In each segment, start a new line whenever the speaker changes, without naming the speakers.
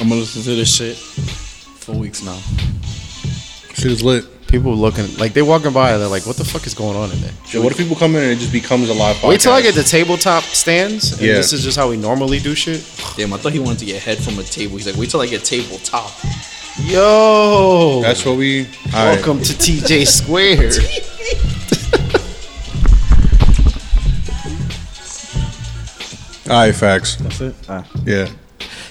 I'm gonna listen to this shit for weeks now.
Shit is lit.
People looking like they walking by, they're like, "What the fuck is going on in there?"
Yo, what if people come in and it just becomes a live podcast?
Wait till I get the tabletop stands, and
Yeah.
this is just how we normally do shit.
Damn, I thought he wanted to get head from a table. He's like, wait till I get table top.
Yo,
That's what we. All right.
welcome to TJ Square.
All right, facts.
That's it. Ah.
Yeah.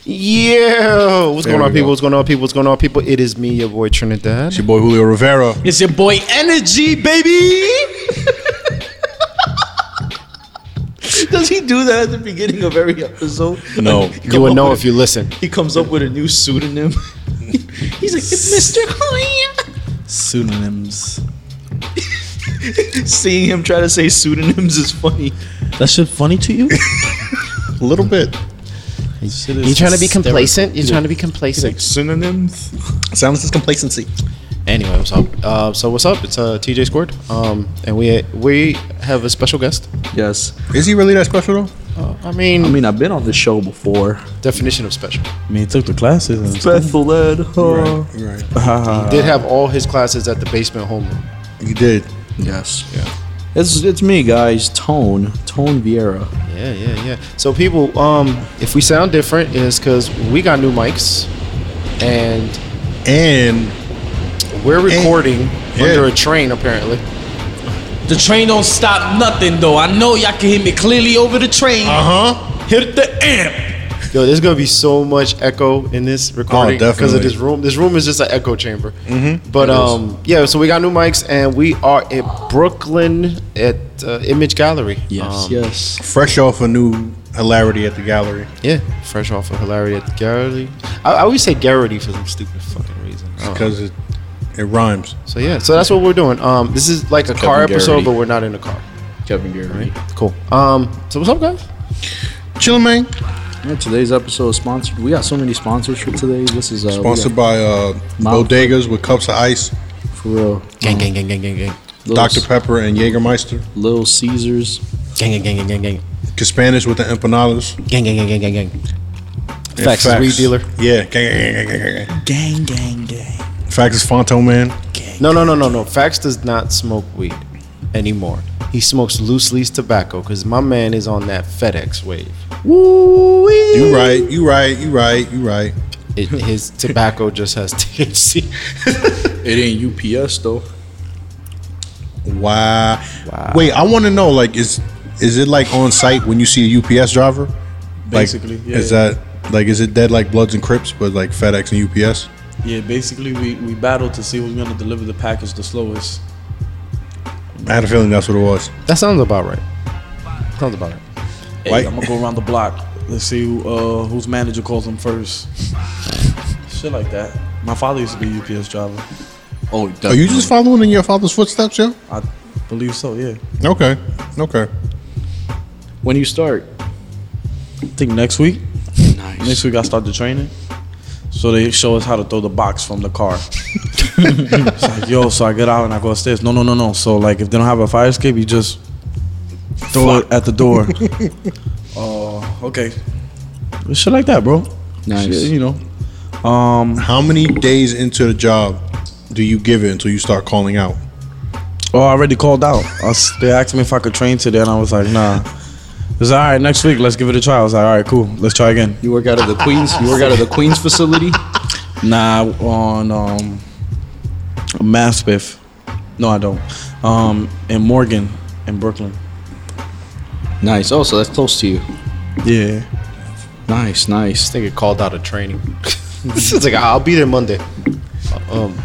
yeah, what's
There
going
we
on, people?
go.
What's going on, people? What's going on, people? It is me, your boy Trinidad.
It's your boy Julio Rivera.
It's your boy Energy, baby. Does he do that at the beginning of every episode?
No.
Like,
You
come
would
up
know
with
if you listen.
a- he comes up with a new pseudonym. He's like, Mr. Clean.
Pseudonyms.
Seeing him try to say pseudonyms is funny.
That shit funny to you?
A little bit.
Shit is
You trying to be
hysterical.
complacent? You trying to be
He's
complacent?
like, synonyms? Sounds like complacency.
Anyway, what's up? Uh, so what's up? It's uh, TJ Squared, um, and we we have a special guest.
Yes.
Is he really that special though?
Uh, I mean,
I mean, I've been on this show before.
definition of special.
I mean, he took the classes and
Bethel Ed. huh?
Right. Right.
he
Uh,
did have all his classes at the basement homeroom.
You did.
Yes. Yeah. It's it's me, guys. Tone. Tone Vieira.
Yeah, yeah, yeah. So people, um, if we sound different, is because we got new mics, and
And
we're recording
yeah.
under a train apparently.
The train don't stop nothing though. I know y'all can hear me clearly over the train.
uh huh.
Hit the amp.
Yo, there's gonna be so much echo in this recording because
definitely.
of this room. This room is just an echo chamber. Mm-hmm. But um, yeah. So we got new mics, and we are at Brooklyn at uh, Image Gallery.
Yes.
Um,
yes.
Fresh off a new hilarity at the gallery.
yeah. Fresh off of hilarity at the gallery. I, I always say Garrity for some stupid fucking reason. I don't know.
Because it it rhymes.
So yeah, so that's what we're doing. Um, this is like a car
Kevin
episode,
Garrity.
but we're not in a car.
Kevin Gary.
Cool. Um, so what's up, guys?
Chillin' man.
Yeah, today's episode is sponsored. We got so many sponsors for today. This is uh, we got-
Oh,
Sponsored by uh,
Mouth-
bodegas with cups of ice,
for real.
Gang, gang, gang, gang, gang, gang,
Little,
Dr Pepper, and Jägermeister.
Little Caesars.
gang, gang, gang, gang, gang, gang,
Spanish with the empanadas.
gang, gang, gang, gang, gang.
and
Facts is weed dealer.
Yeah. Gang, gang, gang, gang, gang, gang.
Gang, gang, gang.
Facts is Fonto man.
No, no, no, no, no. Fax does not smoke weed anymore. He smokes loose leaf tobacco because my man is on that FedEx wave.
Woo
You right. You right. You right. You right.
It, his tobacco just has THC.
It ain't UPS though.
Wow. Wait, I want to know. Like, is is it like on site when you see a UPS driver? Like,
Basically, yeah,
Is
yeah.
that like is it dead like Bloods and Crips, but like FedEx and UPS?
Yeah, basically, we, we battled to see who's going to deliver the package the slowest.
I had a feeling that's what it was.
That sounds about right. Sounds about right.
Hey,
Why-
I'm gonna go around the block. Let's see who, uh, whose manager calls him first. Shit like that. My father used to be a UPS driver.
Oh,
Are you just following in your father's footsteps, yo?
I believe so. Yeah.
Okay, okay.
when you start?
I think next week.
Nice.
Next week I start the training. So they show us how to throw the box from the car. it's like, yo, so I get out and I go upstairs. No, no, no, no. So like if they don't have a fire escape, you just throw it at the door. Oh, okay. Shit like that, bro.
Nice.
Shit, you know. Um
How many days into the job do you give it until you start calling out?
Oh, I already called out. I s they asked me if I could train today, and I was like, nah. It's all right. Next week, let's give it a try. I was like, all right, cool. Let's try again.
You work out of the Queens. You work out of the Queens facility.
Nah, on um, Maspeth. No, I don't. Um, in Morgan, in Brooklyn.
Nice. Oh, so that's close to you.
Yeah.
Nice, nice.
This nigga called out a training. this is like I'll be there Monday. Um,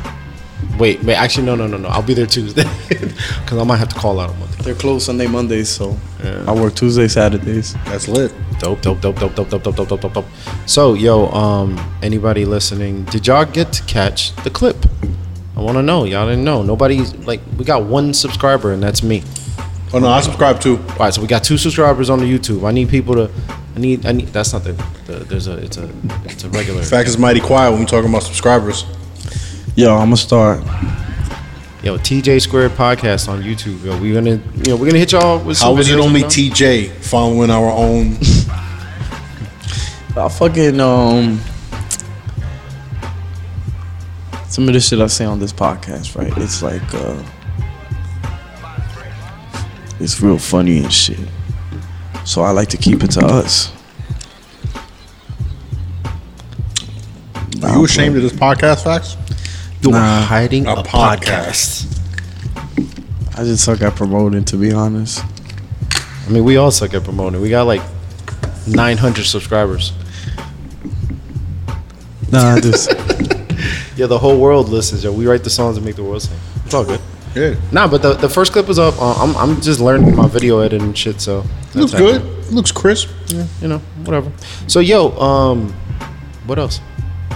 wait, wait. Actually, no, no, no, no. I'll be there Tuesday because I might have to call out on Monday.
They're closed Sunday, Mondays, so I work Tuesday, Saturdays.
That's lit.
Dope, dope, dope, dope, dope, dope, dope, dope, dope, dope, dope. So, yo, um, anybody listening? Did y'all get to catch the clip? I want to know. Y'all didn't know. Nobody's like we got one subscriber, and that's me.
Oh no, I subscribe too.
All right, so we got two subscribers on the YouTube. I need people to. I need. I need. That's not the. the there's a. It's a. It's a regular.
Facts is mighty quiet when we talking about subscribers.
Yo, I'm gonna start.
Yo, TJ Squared podcast on YouTube. Yo, we're gonna, you know, we're gonna hit y'all with.
How
some
is it
videos,
only
you know?
TJ following our own?
I fucking um, some of the shit I say on this podcast, right? It's like uh it's real funny and shit. So I like to keep it to us.
Are
Um,
you ashamed of this podcast, facts?
You are hiding
a podcast.
I just suck at promoting to be honest.
I mean, we all suck at promoting. We got like 900 subscribers.
Nah, I just
Yeah, the whole world listens. Yo, we write the songs and make the world sing. It's all good.
Yeah.
Nah, but the, the first clip was up. Uh, I'm, I'm just learning my video editing and shit, so.
Looks
that's
good.
happening.
Looks crisp.
You know, whatever. So, yo, um, what else?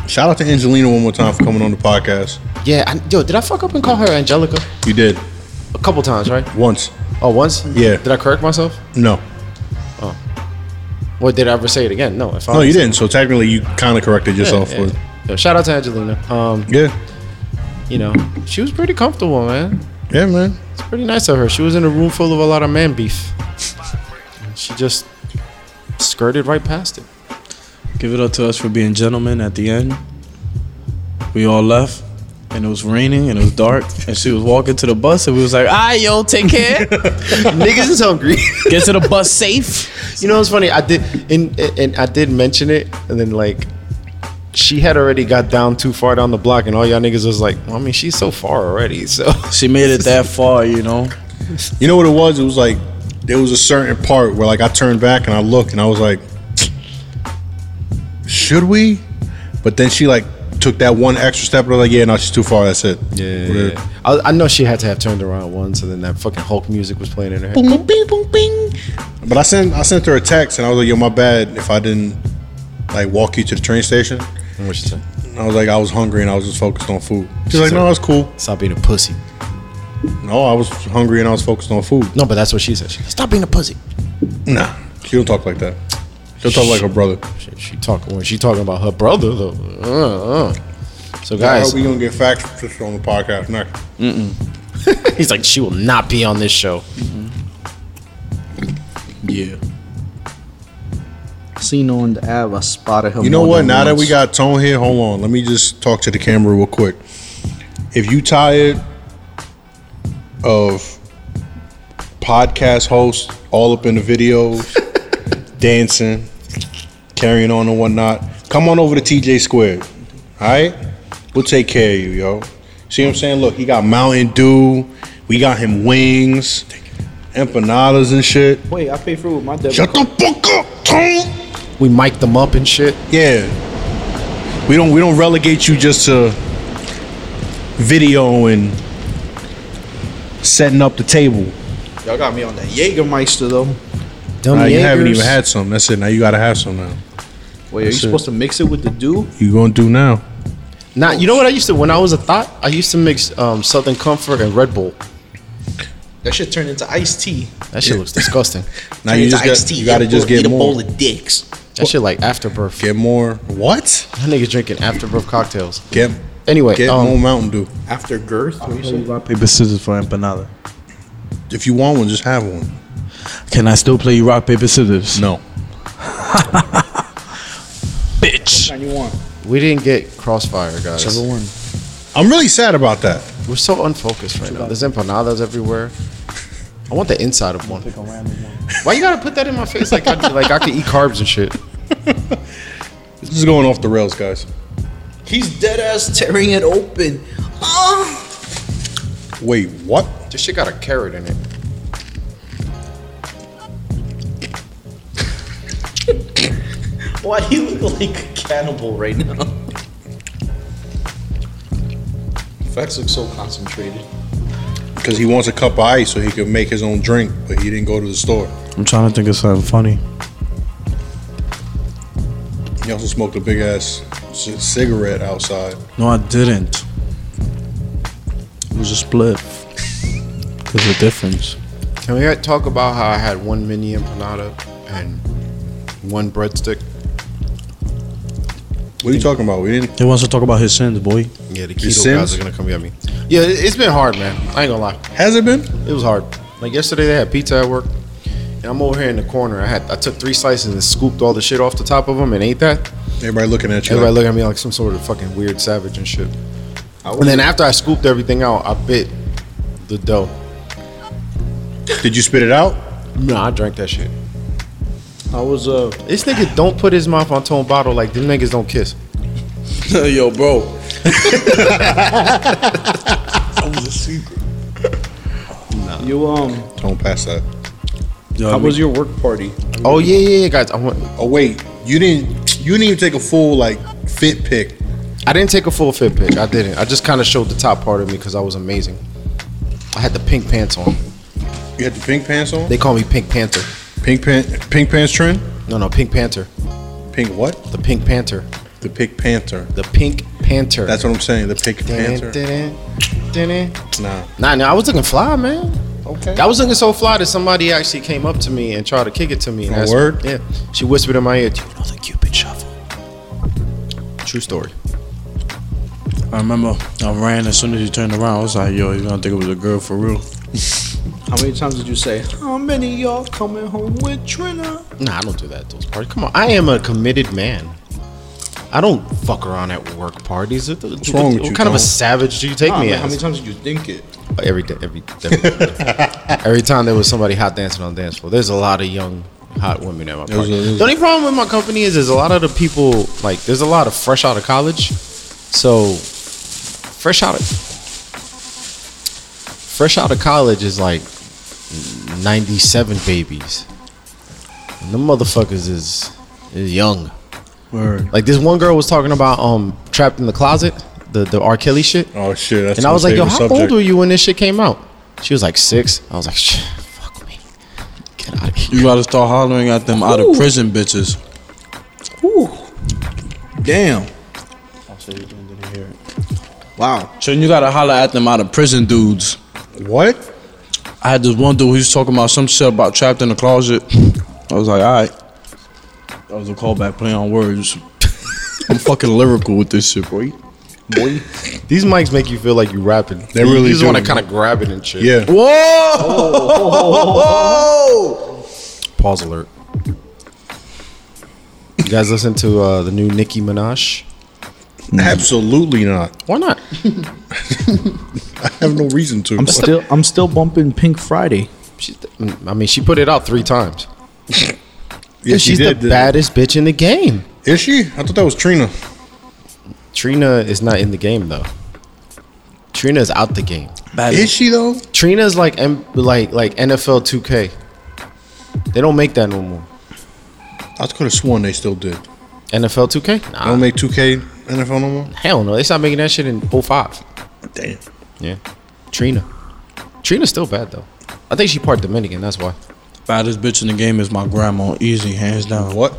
Shout out to Angelina one more time for coming on the podcast.
Yeah, I, yo, did I fuck up and call her Angelica?
You did
A couple times, right?
once.
Oh, once?
Yeah.
Did I correct myself?
No,
Or did I ever say it again? No. If I
no, you
was-
didn't. So technically, you kind of corrected yourself.
Yeah,
with-
yeah. Yo, shout out to Angelina. Um,
Yeah.
you know, she was pretty comfortable, man.
Yeah, man.
It's pretty nice of her. She was in a room full of a lot of man beef. And she just skirted right past it.
give it up to us for being gentlemen at the end. We all left and it was raining and it was dark and she was walking to the bus and we was like, ah yo, take care.
Niggas is hungry.
Get to the bus safe.
you know what's funny? I did and and I did mention it, and then like she had already got down too far down the block, and all y'all niggas was like, well, I mean, she's so far already, so
She made it that far, you know.
You know what it was? It was like there was a certain part where like I turned back and I looked and I was like, should we? But then she like took that one extra step and I was like, yeah, no, she's too far. That's it. Whatever.
I, I know she had to have turned around once, and then that fucking Hulk music was playing in her head.
Boom, bing, boom, bing. But I sent I sent her a text and I was like, yo, my bad if I didn't like walk you to the train station.
And what she said?
And I was like, I was hungry and I was just focused on food. She's
She
like,
said-
no, that's cool.
Stop being a pussy.
No, I was hungry and I was focused on food.
No, but that's what she said. She said, Stop being a pussy.
Nah, she don't talk like that. She'll talk like her brother.
She, she talking when she talking about her brother though. Uh, uh. So guys,
we gonna get facts on the podcast next?
he's like, she will not be on this show.
Yeah.
Seen her on the app, I spotted her.
You know
more
what?
than
Now that we
once.
got Tone here, hold on. Let me just talk to the camera real quick. If you tired of podcast hosts all up in the videos, dancing, carrying on and whatnot, come on over to TJ Squared. All right? We'll take care of you, yo. See what I'm saying? Look, he got Mountain Dew. We got him wings, empanadas and shit.
Wait, I paid for it with my debit.
Shut the fuck up, Tone!
We mic'd them up and shit.
Yeah. We don't we don't relegate you just to video and setting up the table.
Y'all got me on that Jägermeister though.
Dumb
Nah, you haven't
Jaegers.
even had some. That's it. Now you gotta have some now.
Wait, are you
That's it.
supposed to mix it with the dew?
You gonna do now.
Nah, you know what I used to when I was a thought? I used to mix um, Southern Comfort and Red Bull.
That shit turned into iced tea.
That shit looks disgusting.
Now
Turned
you
into
just got, you gotta
Yeah,
just
boy,
get
eat a
more.
bowl of dicks.
That shit like afterbirth.
Get more. What?
That nigga drinking afterbirth cocktails.
Get
Anyway,
get
um,
more Mountain Dew.
After girth, what you say?
Paper scissors for empanada.
If you want one, just have one.
Can I still play you rock paper scissors?
No.
bitch.
And you want
we didn't get Crossfire, guys.
one?
I'm really sad about that.
We're so unfocused right now. There's empanadas everywhere. I want the inside of one. Why you gotta put that in my face like I, like I could eat carbs and shit?
This is going off the rails, guys.
He's dead ass tearing it open. Ah!
Wait, what?
This shit got a carrot in it.
Why do you look like a cannibal right now? Facts look so concentrated.
Because he wants a cup of ice so he can make his own drink, but he didn't go to the store.
I'm trying to think of something funny.
He also smoked a big ass c- cigarette outside.
No, I didn't. It was a split. There's a difference.
Can we talk about how I had one mini empanada and one breadstick?
What are you talking about? We didn't.
He wants to talk about his sins, boy.
Yeah, the
Your
keto
Sims?
guys are gonna come get me. Yeah, it- it's been hard, man. I ain't gonna lie.
Has it been?
It was hard. Like yesterday, they had pizza at work, and I'm over here in the corner. I had I took three slices and scooped all the shit off the top of them and ate that.
Everybody looking at you.
Everybody
like,
looking at me like some sort of fucking weird savage and shit. And then after I scooped everything out, I bit the dough.
Did you spit it out?
No, I drank that shit.
I was uh
This nigga don't put his mouth on Tone Bottle like them niggas don't kiss.
Yo, bro.
you um don't pass that.
Yo,
How was your work party?
Oh yeah, yeah, yeah, guys. I went.
Oh wait, you didn't you didn't even take a full like fit pick.
I didn't take a full fit pic. I didn't. I just kind of showed the top part of me because I was amazing. I had the pink pants on.
You had the pink pants on?
They call me Pink Panther.
Pink pan pink pants trend?
No, no, Pink Panther.
Pink what?
The Pink Panther.
The pink panther.
The Pink Panther.
That's what I'm saying. The pink
Dun,
panther.
dun, dun, dun.
Nah.
Nah, nah, I was looking fly, man.
Okay.
I was looking so fly that somebody actually came up to me and tried to kick it to me. And
A
asked-
word?
Yeah. She whispered in my ear, "Do you know the Cupid shuffle?" True story.
I remember I ran as soon as you turned around. I was like, yo, you gonna think it was a girl for real?
How many times did you say, How many y'all coming home with Trina?
Nah, I don't do that at those parties. Come on, I am a committed man. I don't fuck around at work parties. What, What's
wrong
what,
with you,
kind of a
Tom?
savage do you take
Nah,
me
man,
as?
how many times did you think it?
every day, every every, every time there was somebody hot dancing on the dance floor. There's a lot of young hot women at my party.
a- there's
the only problem with my company is there's a lot of the people like there's a lot of fresh out of college, so fresh out of fresh out of college is like '97 babies. And them motherfuckers is is young.
Word.
Like this one girl was talking about um trapped in the closet, the the R Kelly shit.
Oh shit, that's
And I was like, yo, how old were
you?
you when this shit came out? She was like six. I was like, Shh, fuck me. Get out of here.
You gotta start hollering at them out of prison bitches.
Damn.
Wow.
So you gotta holler at them out of prison dudes.
What?
I had this one dude, he was talking about some shit about trapped in the closet. I was like, alright. That was a callback play on words. I'm fucking lyrical with this shit, boy. Boy.
These mics make you feel like you rapping. They
really
You just
do.
want to kind of grab it and shit.
Yeah.
Pause alert. You guys listen to uh, the new Nicki Minaj?
Absolutely not.
Why not?
I have no reason to.
I'm still I'm still bumping Pink Friday.
She's the, mm, I mean, she put it out three times.
Yeah, she
she's
did.
the baddest bitch in the game.
Is she? I thought that was Trina.
Trina is not in the game though. Trina is out the game.
Is she though?
Trina's like M- like like NFL 2K. They don't make that no more.
I could have sworn they still did.
NFL 2K? Nah.
I don't make 2K NFL no more.
Hell no. They stopped making that shit in 05.
Damn.
Yeah. Trina. Trina's still bad though. I think she part Dominican, that's why.
Baddest bitch in the game is my grandma. Easy, hands down.
What?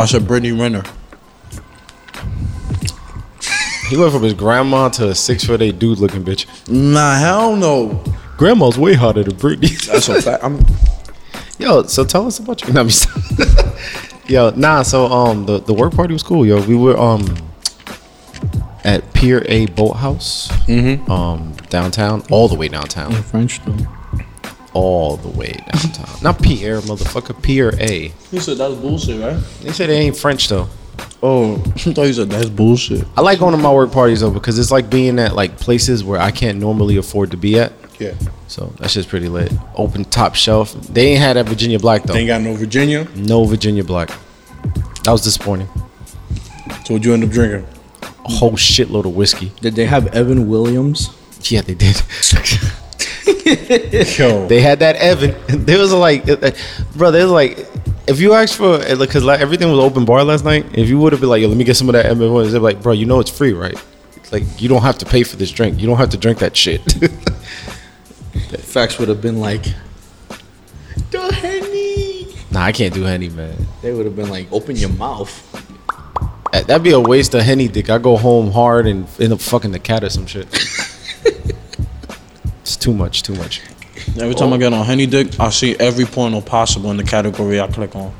I said Brittany Renner.
He went from his grandma to a six foot eight dude looking bitch.
Nah, hell no.
Grandma's way hotter than Britney.
That's a fact. I'm
yo, so tell us about your no, I'm just- Yo, nah, so um the, the work party was cool, yo. We were um at Pier A Boathouse, um, downtown, all the way downtown.
French though.
all the way downtown. Not Pierre, motherfucker. Pierre A.
You said that's bullshit, right?
They said they ain't French though.
Oh, I thought you said that's bullshit.
I like going to my work parties though because it's like being at like places where I can't normally afford to be at.
Yeah.
So that shit's pretty lit. Open top shelf. They ain't had that Virginia Black though.
They ain't got no Virginia.
No Virginia Black. That was disappointing.
So what'd you end up drinking?
A whole shitload of whiskey.
Did they have Evan Williams?
Yeah, they did.
Yo.
they had that Evan. There was like, uh, bro, there was like, if you asked for, because like, everything was open bar last night, if you would have been like, yo, let me get some of that Evan, Williams," they'd be like, bro, you know it's free, right? It's Like, you don't have to pay for this drink. You don't have to drink that shit.
Facts would have been like The Henny.
nah, I can't do Henny, man.
They would have been like, open your mouth.
That- Uh, That'd be a waste of Henny dick. I go home hard and end up fucking the cat or some shit. it's too much, too much.
Every time I get on Henny Dick, I see every porno possible in the category I click on.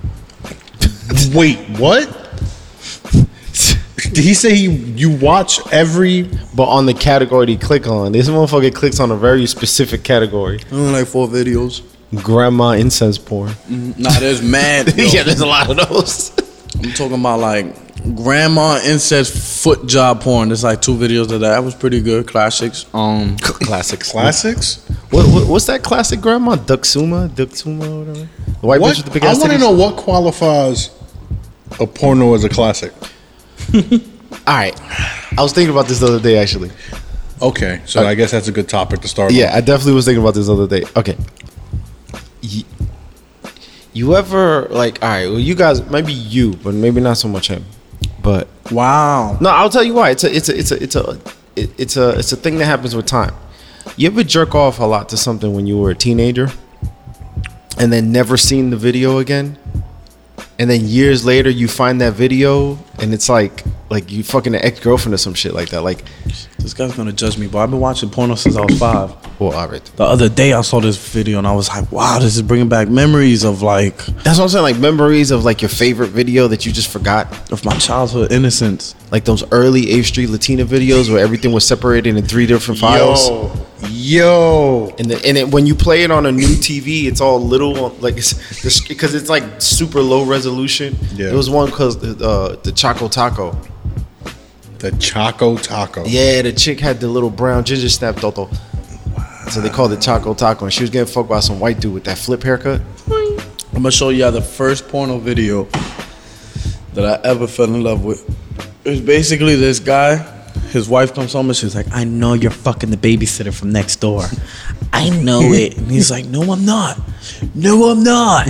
Wait, what? Did he say he, you watch every?
But on the category they click on, this motherfucker clicks on a very specific category
Only like four videos.
grandma incense porn.
Nah, there's mad. yo.
yeah, there's a lot of those.
I'm talking about like Grandma Inset foot job porn. There's like two videos of that. That was pretty good. Classics. Um,
Classics.
Classics?
What, what, what's that classic grandma? Duxuma? Duxuma? Whatever. The white bitch
What?
with the big
I
ass
want to
titties?
know what qualifies a porno as a classic.
All right. I was thinking about this the other day, actually.
Okay, so I guess that's a good topic to start.
Uh, Yeah, I definitely was thinking about this the other day. Okay. You, you ever, like, all right, well, you guys, maybe you, but maybe not so much him. But
wow.
No, I'll tell you why. It's a it's a it's a it's a it- it's a it's a thing that happens with time. You ever jerk off a lot to something when you were a teenager, and then never seen the video again, and then years later you find that video and it's like like you fucking an ex girlfriend or some shit like that. Like,
This guy's gonna judge me, but I've been watching porno since I was five.
well, all right.
The other day I saw this video and I was like, wow, this is bringing back memories of like
That's what I'm saying. Like memories of like your favorite video that you just forgot,
of my childhood innocence.
like those early Eighth Street Latina videos where everything was separated in three different files.
Yo,
And, the, and it, when you play it on a new TV, it's all little, like it's because it's like super low resolution.
Yeah.
It was one because the, uh, the Choco Taco.
the Choco Taco.
Yeah, the chick had the little brown ginger snap toto. So they called it Choco Taco, and she was getting fucked by some white dude with that flip haircut.
I'm gonna show y'all the first porno video that I ever fell in love with. It's basically this guy, his wife comes home and she's like, I know you're fucking the babysitter from next door. I know it. And he's like, No, I'm not. No, I'm not.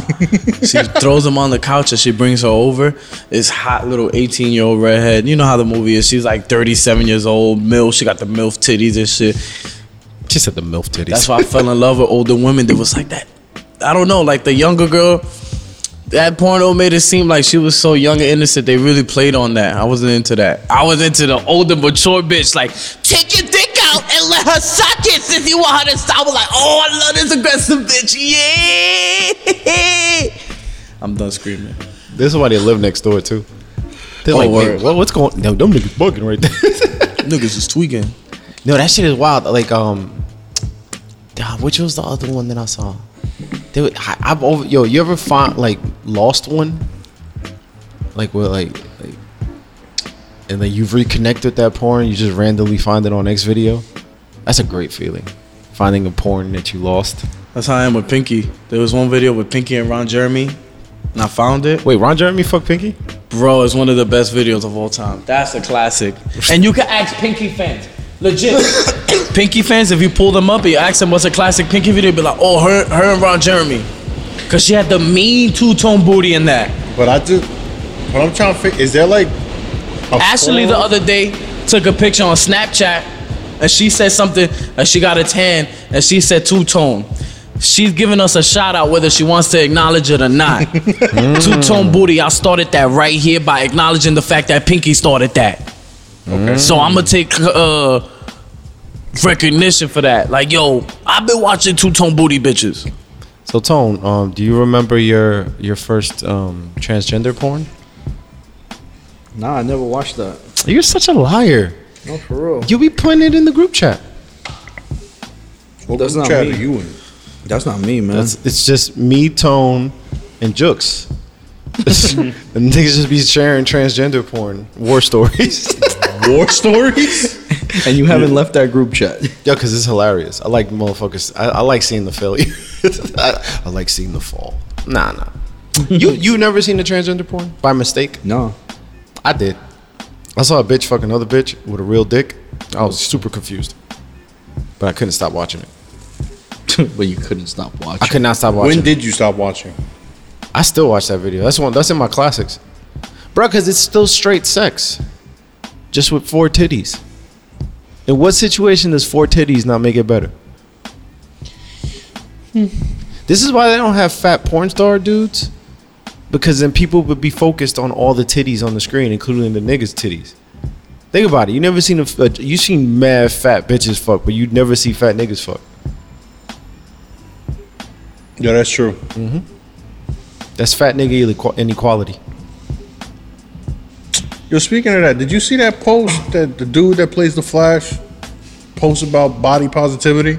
she throws him on the couch and she brings her over. This hot little 18 year old redhead. You know how the movie is. She's like 37 years old, MILF. She got the MILF titties and shit.
She said the milf titties.
That's why I fell in love with older women that was like that. I don't know, like the younger girl. That porno made it seem like she was so young and innocent. They really played on that. I wasn't into that. I was into the older, mature bitch. Like,
take your dick out and let her suck it since you want her to stop. Like, oh, I love this aggressive bitch. Yeah.
I'm done screaming.
this is why they live next door too. They're like,
word.
"Wait, what, what's going? No, them niggas bugging right there.
Niggas is tweaking.
no, that shit is wild. Like, um, God, which was the other one that I saw? They would, I, I've over yo. You ever find like lost one? Like where like, like and then you've reconnected that porn. You just randomly find it on X video. That's a great feeling. Finding a porn that you lost.
That's how I am with Pinky. There was one video with Pinky and Ron Jeremy, and I found it.
Wait, Ron Jeremy fuck Pinky?
Bro, it's one of the best videos of all time. That's a classic. And you can ask Pinky fans. Legit. Pinky fans, if you pull them up and you ask them what's a classic Pinky video, be like, oh, her, her and Ron Jeremy. Because she had the mean two tone booty in that.
But I do. What I'm trying to figure is there like a
Ashley, the
porno-
other day, took a picture on Snapchat and she said something and she got a tan and she said two tone. She's giving us a shout out whether she wants to acknowledge it or not. two
Mm.
tone booty, I started that right here by acknowledging the fact that Pinky started that. So I'm gonna take uh, recognition for that. Like, yo, I've been watching two tone booty bitches.
So Tone, um, do you remember your your first um, transgender porn?
Nah, I never watched that.
You're such a liar.
No, for real.
You be putting it in the group chat.
What
That's not
chat are
me.
you in?
That's not me, man.
That's, it's just me, Tone, and Jooks. and niggas just be sharing transgender porn war stories.
War stories?
and you haven't left that group chat.
Yo, cause it's hilarious. I like motherfuckers. I, I like seeing the failure. I, I like seeing the fall. Nah, nah. you you never seen the transgender porn by mistake?
No.
I did. I saw a bitch fuck another bitch with a real dick. I was super confused, but I couldn't stop watching it.
but you couldn't stop
I
watching.
could not stop watching. it.
When did you stop watching?
I still watch that video. That's one. That's in my classics, bro. Because it's still straight sex, just with four titties. In what situation does four titties not make it better? This is why they don't have fat porn star dudes, because then people would be focused on all the titties on the screen, including the niggas' titties. Think about it. You never seen a, a you seen mad fat bitches fuck, but you never see fat niggas fuck.
Yeah, that's true.
That's fat nigga inequa- inequality.
Yo, speaking of that, did you see that post that the dude that plays the Flash post about body positivity?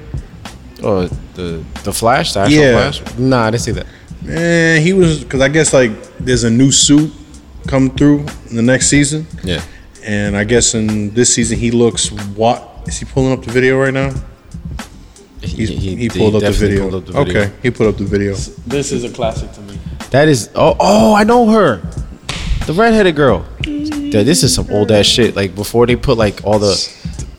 Oh, the the Flash, the actual
Yeah.
Flash. Nah, I didn't see that.
Man, he was because I guess like there's a new suit come through in the next season.
Yeah.
And I guess in this season he looks what is he pulling up the video right now? He's, he, pulled, up
definitely
the video. Okay, he put up the video.
This is a classic to me.
That is oh oh I know her, the redheaded girl. Th- This is some old ass shit. Like before they put like all the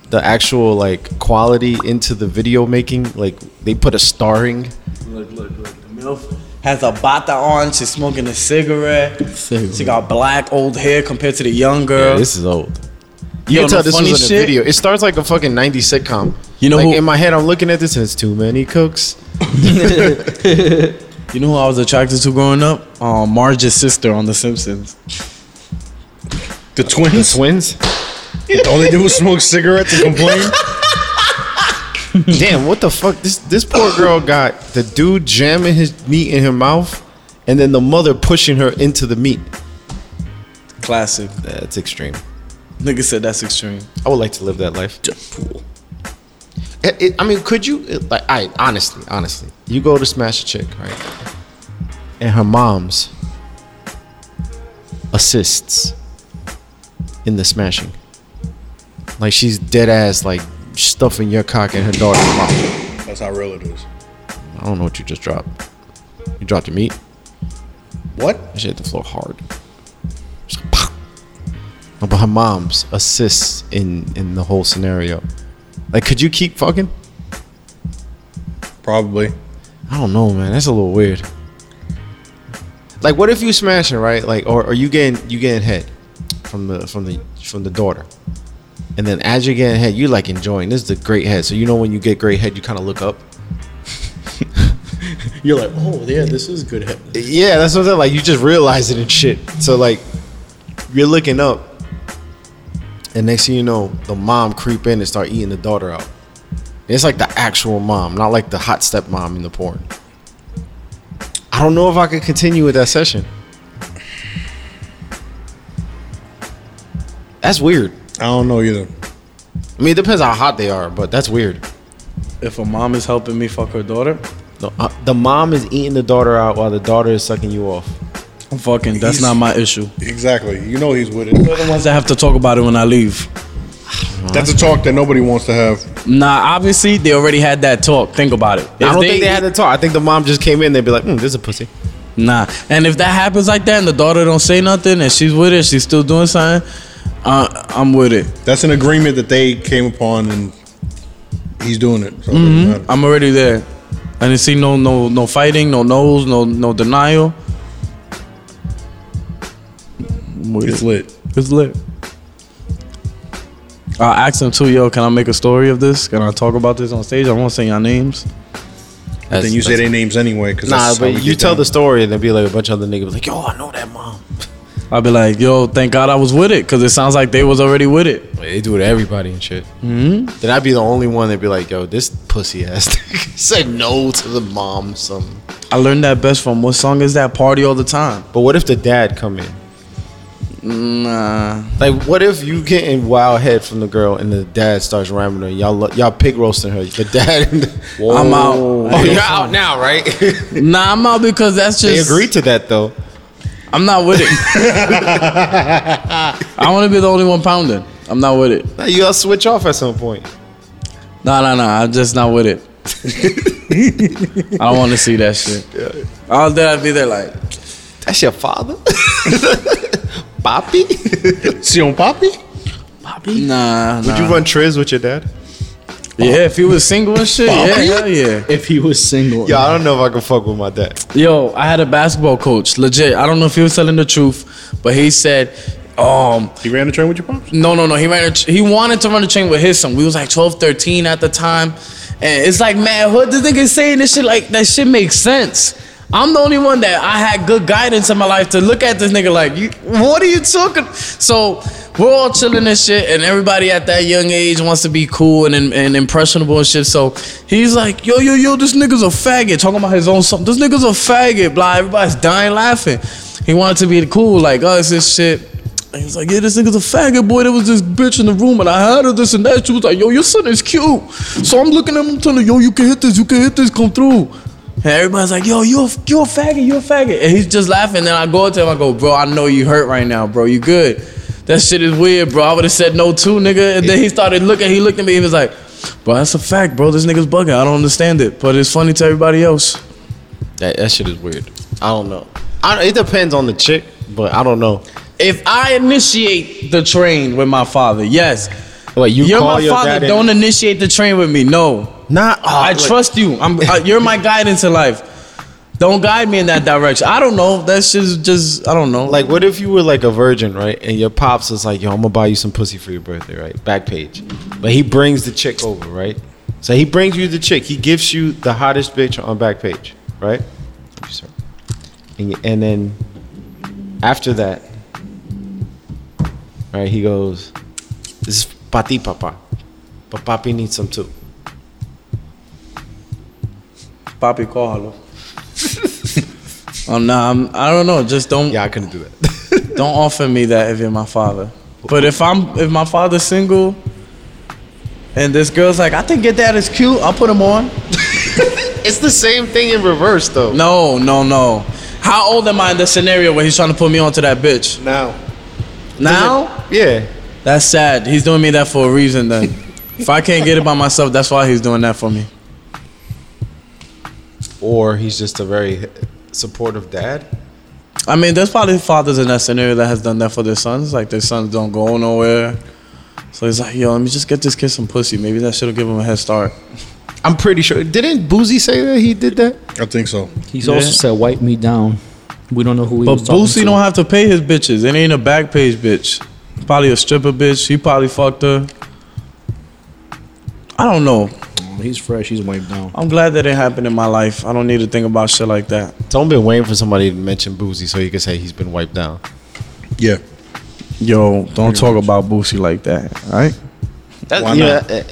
the actual like quality into the video making, like they put a starring.
Look, look, look. The MILF has a bata on. She's smoking a cigarette. She got black old hair compared to the young girl.
Yeah, this is old.
Yo,
You can
no
tell this
funny
was in a
shit.
video. It starts like a fucking 90s sitcom.
You know
like
who-
in my head I'm looking at this and it's too many cooks.
You know who I was attracted to growing up? Um, Marge's sister on The Simpsons.
The twins.
Twins?
All they do is smoke cigarettes and complain.
Damn, what the fuck? This this poor girl got the dude jamming his meat in her mouth and then the mother pushing her into the meat.
Classic.
That's extreme.
Nigga said that's extreme.
I would like to live that life. It- it- I mean, could you? it- like, I honestly, honestly, you go to smash a chick, right? And her mom's assists in the smashing. Like she's dead ass, like stuffing your cock in her daughter's mouth.
That's how real it is.
I don't know what you just dropped. You dropped your meat.
What?
That shit hit the floor hard. Just like, pow. No, But her mom's assists in in the whole scenario. Like, could you keep fucking?
Probably.
I don't know, man. That's a little weird. Like, what if you smashing right? Like, or are you getting you getting head from the from the from the daughter, and then as you're getting head, you're like enjoying. This is the great head. So you know when you get great head, you kind of look up.
You're like, oh yeah, this is good. hip."
Yeah, that's what I'm saying. Like, you just realize it and shit. So like, you're looking up, and next thing you know, the mom creep in and start eating the daughter out. It's like the actual mom, not like the hot step mom in the porn. I don't know if I could continue with that session. That's weird.
I don't know either.
I mean, it depends how hot they are, but that's weird.
If a mom is helping me fuck her daughter,
The, uh, the mom is eating the daughter out while the daughter is sucking you off.
I'm fucking. That's
He's-
not my issue.
Exactly. You know he's with it.
They're the ones that have to talk about it when I leave.
That's a talk that nobody wants to have.
Nah, obviously they already had that talk. Think about it.
I
If
don't think they had to talk. I think the mom just came in. They'd be like, mm, "This is a pussy."
Nah, and if that happens like that, and the daughter don't say nothing, and she's with it, she's still doing something. Uh, I'm with it.
That's an agreement that they came upon, and he's doing it. So it doesn't matter.
I'm already there. I didn't see no no no fighting, no no's, no no denial. I'm with
It's
it.
lit.
It's lit. I asked him too, yo, can I make a story of this? Can I talk about this on stage? I won't say your names.
then you say their names anyway. Cause
Nah,
that's how we
but you
get
tell
down.
the story and there'd be like a bunch of other niggas be like, yo, I know that mom.
I'll be like, yo, thank God I was with it, cause it sounds like they was already with it.
they do it to everybody and shit. Mm-hmm. Then I'd be the only one that'd be like, yo, this pussy ass nigga said no to the mom. Some.
I learned that best from what song is that party all the time.
But what if the dad come in?
Nah.
Like, what if you getting wild head from the girl and the dad starts ramming her? Y'all, lo- y'all pig roasting her. The dad. And the-
I'm
Oh,
out.
you're out now, right?
Nah, I'm out because that's
they
just
agreed to that though.
I'm not with it. I want to be the only one pounding. I'm not with it.
Now you gotta switch off at some point.
No, no, no. I'm just not with it. I don't want to see that shit. All day I'd be there like,
That's your father, Papi.
See on Poppy?
nah, nah.
Would you run Triz with your dad?
yeah, if he was single and shit, yeah, hell yeah.
If he was single,
Yeah, I don't know if I can fuck with my dad.
Yo, I had a basketball coach, legit. I don't know if he was telling the truth, but he said, um,
He ran the train with your pops.
No, no, no. He ran. A tr- he wanted to run a train with his son. We was like 12, 13 at the time, and it's like, man, what this nigga saying? This shit like that shit makes sense. I'm the only one that I had good guidance in my life to look at this nigga like, you, what are you talking? So we're all chilling and shit, and everybody at that young age wants to be cool and, and, impressionable and shit. So he's like, yo, yo, yo, this nigga's a faggot. Talking about his own son. This nigga's a faggot. Blah. Everybody's dying laughing. He wanted to be cool, like, oh, it's this shit. And he's like, yeah, this nigga's a faggot boy. There was this bitch in the room, and I had her this and that. She was like, yo, your son is cute. So I'm looking at him, telling her, yo, you can hit this, you can hit this, come through. And everybody's like, yo, you a, you a faggot, you a faggot. And he's just laughing. And I go up to him, I go, bro, I know you hurt right now, bro. You good. That shit is weird, bro. I would have said no too, nigga. And then he started looking, he looked at me, he was like, bro, that's a fact, bro. This nigga's bugging. I don't understand it. But it's funny to everybody else.
That, that shit is weird. I don't know. I, it depends on the chick, but I don't know.
If I initiate the train with my father, yes.
Like you
You're
call
my
your
father.
dad and-
Don't initiate the train with me. No.
Nah, oh,
I
look.
trust you. I'm. Uh, you're my guidance in life. Don't guide me in that direction. I don't know. That's just, just I don't know.
Like, what if you were like a virgin, right? And your pops is like, "Yo, I'm gonna buy you some pussy for your birthday, right?" Back page, but he brings the chick over, right? So he brings you the chick. He gives you the hottest bitch on back page, right? Thank you, sir. And, you- and then after that, right? He goes, "This is pati papa, but papi needs some too."
Poppy call. oh nah, I'm, I don't know. Just don't
Yeah, I couldn't do that.
don't offer me that if you're my father. But if I'm if my father's single, and this girl's like, I think your dad is cute. I'll put him on.
it's the same thing in reverse, though.
No, no, no. How old am I in the scenario where he's trying to put me onto that bitch?
Now,
Now.
Yeah.
That's sad. He's doing me that for a reason then. if I can't get it by myself, that's why he's doing that for me.
Or he's just a very supportive dad.
I mean, there's probably fathers in that scenario that has done that for their sons. Like their sons don't go nowhere. So he's like, yo, let me just get this kid some pussy. Maybe that shit'll give him a head start.
I'm pretty sure. Didn't Boozy say that he did that?
I think so.
He's also said, "Wipe me down." We don't know who he
But
was talking
Boosie
to.
don't have to pay his bitches. It ain't a back page bitch. Probably a stripper bitch. He probably fucked her. I don't know.
He's fresh. He's wiped down.
I'm glad that it happened in my life. I don't need to think about shit like that.
Tom been waiting for somebody to mention Boozy so he could say he's been wiped down.
Yeah.
Yo, don't talk about Boosie like that, all right?
Why
yeah,
not?
eh,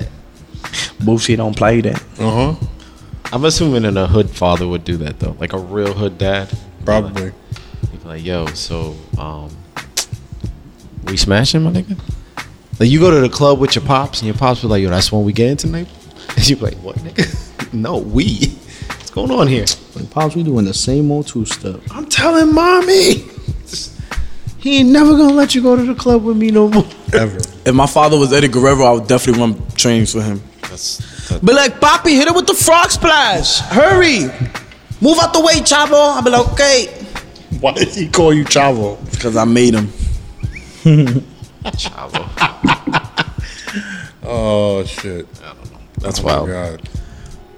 Boosie don't play that.
Uh huh.
I'm assuming in a hood father would do that though, like a real hood dad.
Probably.
He'd be like, "Yo, so um, we smashing my nigga." Like you go to the club with your pops, and your pops be like, "Yo, that's when we get in tonight." And you be like, "What, nigga? no, we. What's going on here?"
Like, Pops, we doing the same old two step.
I'm telling mommy. He ain't never gonna let you go to the club with me no more.
Ever.
If my father was Eddie Guerrero, I would definitely run trains with him.
That's
Be like, Poppy, hit it with the frog splash. Hurry. Move out the way, Chavo. I'll be like, okay.
Why did he call you Chavo?
Because I made him.
Oh shit.
that's
Oh
wild.
God.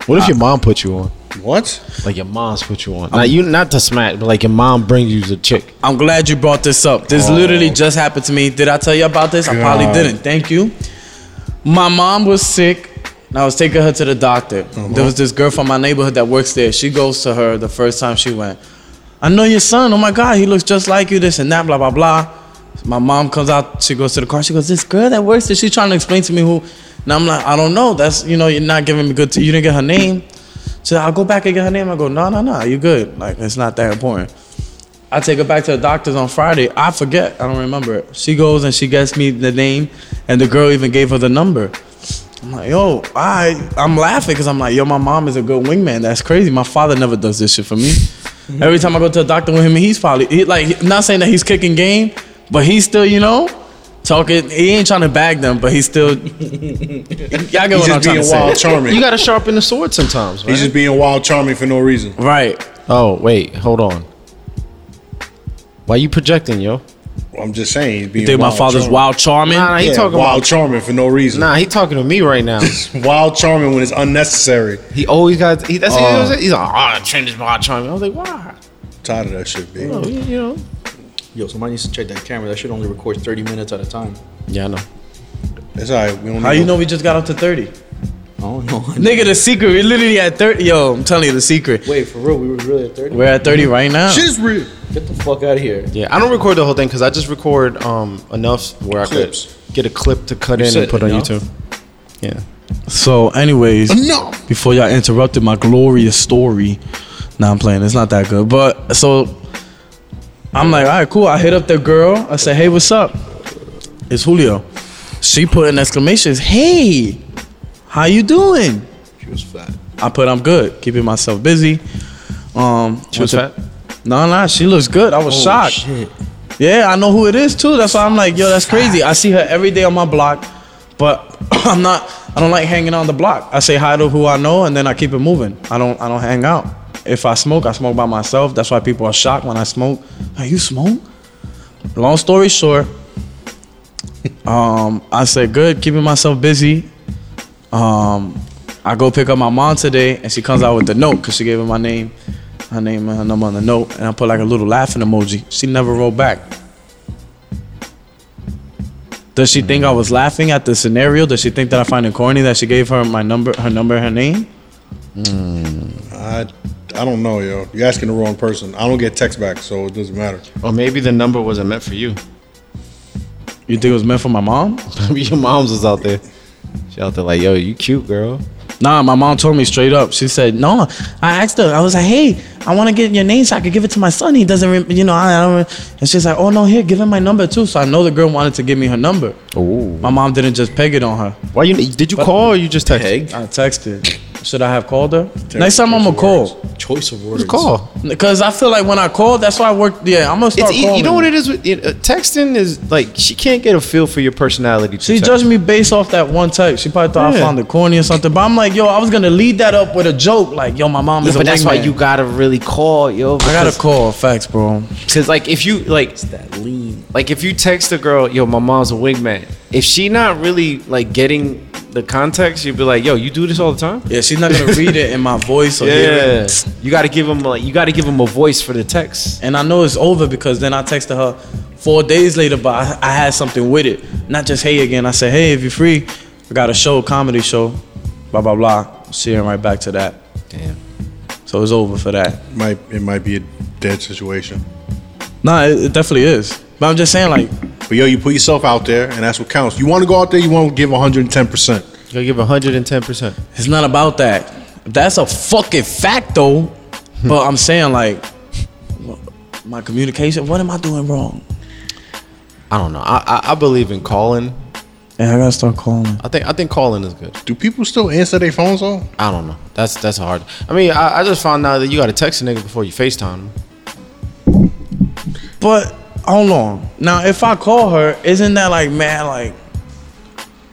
What if your mom put you on?
What?
Uh, Like your mom's put you on. Not you, not to smack, but like your mom brings you the chick.
I'm glad you brought this up. This literally just happened to me. Did I tell you about this? I probably
God.
didn't. Thank you. My mom was sick. And I was taking her to the doctor. There was this girl from my neighborhood that works there. She goes to her the first time she went. I know your son. Oh my God, he looks just like you. This and that. Blah blah blah. My mom comes out. She goes to the car. She goes, "This girl that works there. She's trying to explain to me who." And I'm like, "I don't know. That's you know, you're not giving me good. T- you didn't get her name." She said, "I'll go back and get her name." I go, "No, no, no. You good? Like it's not that important." I take her back to the doctor's on Friday. I forget. I don't remember it. She goes and she gets me the name, and the girl even gave her the number. I'm like, yo, I, I'm laughing because I'm like, yo, my mom is a good wingman. That's crazy. My father never does this shit for me.
Mm-hmm.
Every time I go to the doctor with him, he's probably he, like, not saying that he's kicking game, but he's still, you know, talking. He ain't trying to bag them, but he's still. y'all get
He's
what I'm
just
trying to
being
say,
wild charming.
You gotta sharpen the sword sometimes, right?
He's just being wild charming for no reason.
right?
oh wait, hold on. Why you projecting, yo?
I'm just saying. He's being
Think my
wild
father's
charming.
wild charming.
Nah, nah, he
Yeah,
talking
wild
about.
charming for no reason.
Nah, he talking to me right now.
Wild charming when it's unnecessary.
he always got. He, that's what he was saying. He's like, oh, Trent is wild charming. I was like, why?
Tired of that shit, B.
Oh, you know.
Yo, somebody needs to check that camera. That should only record 30 minutes at a time.
Yeah, I know.
It's all right. We don't
How you know we just got up to thirty?
Oh no.
Nigga, the secret. We literally at 30. Yo, I'm telling you the secret.
Wait, for real, we were really at 30?
We're at 30 right now.
Shit is real.
Get the fuck out of here.
Yeah, I don't record the whole thing because I just record um enough where
Clips.
I could get a clip to cut in and
said
put on
enough?
YouTube. Yeah.
So, anyways,
No.
before y'all interrupted my glorious story, nah, I'm playing. It's not that good. But so I'm like, all right, cool. I hit up the girl. I said, hey, what's up? It's Julio. She put in exclamations, hey, how you doing?
She was fat.
I put I'm good, keeping myself busy. Um,
She was fat.
No, no, she looks good. I was
Oh,
shocked. Yeah, I know who it is too. That's why I'm like, yo, that's crazy. I see her every day on my block, but I'm not. I don't like hanging on the block. I say hi to who I know, and then I keep it moving. I don't. I don't hang out. If I smoke, I smoke by myself. That's why people are shocked when I smoke. Hey, you smoke? Long story short, um, I said good, keeping myself busy. Um, I go pick up my mom today, and she comes out with the note because she gave her my name, her name and her number on the note, and I put like a little laughing emoji. She never wrote back. Does she think I was laughing at the scenario? Does she think that I find it corny that she gave her my number, her number, her name?
I, I don't know, yo. You're asking the wrong person. I don't get text back, so it doesn't matter.
Or maybe the number wasn't meant for you.
You think it was meant for my mom?
Maybe your mom's was out there. She out there like, yo, you cute, girl.
Nah, my mom told me straight up. She said, "No." I asked her. I was like, "Hey, I want to get your name so I could give it to my son. He doesn't, rem- you know." I, I don't. Re-. And she's like, "Oh no, here, give him my number too." So I know the girl wanted to give me her number.
Oh.
My mom didn't just peg it on her.
Why you did you call or you just text?
I texted. Should I have called her? Next time I'm gonna Oh. call.
Choice of words.
Call.
Cause I feel like when I call, that's why I work. Yeah, I'm gonna start
It's e-
calling.
you know what it is. With, it, uh, texting is like she can't get a feel for your personality. to
She
text.
judged me based off that one text. She probably thought I
Yeah.
found it corny or something. But I'm like, yo, I was gonna lead that up with a joke, like, yo, my mom
Yeah,
is a
but that's why
wingman.
you gotta really call, yo.
I gotta call. Facts, bro.
Because like if you like that lean. Like if you text a girl, yo, my mom's a wingman. If she not really like getting the context, you'd be like, yo, you do this all the time.
Yeah, she's not gonna read it in my voice or hear it.
Yeah. You gotta give them like you gotta give them a voice for the text.
And I know it's over because then I texted her four days later, but I, I had something with it. Not just hey again. I said, hey, if you're free, I got a show, comedy show, blah, blah, blah. She went right back to that.
Damn.
So it's over for that.
Might it might be a dead situation.
Nah, it, it definitely is. But I'm just saying, like,
But yo, you put yourself out there, and that's what counts. You want to go out there, you want to give 110. percent
You gotta give 110 percent.
it's not about that. That's a fucking fact, though. but I'm saying, like, my communication, what am I doing wrong?
I don't know. I, I I believe in calling.
And I gotta start calling.
I think I think calling is good.
Do people still answer their phones though?
I don't know. That's that's hard. I mean, I, I just found out that you gotta text a nigga before you FaceTime. him.
But hold on. Now, if I call her, isn't that like mad, like,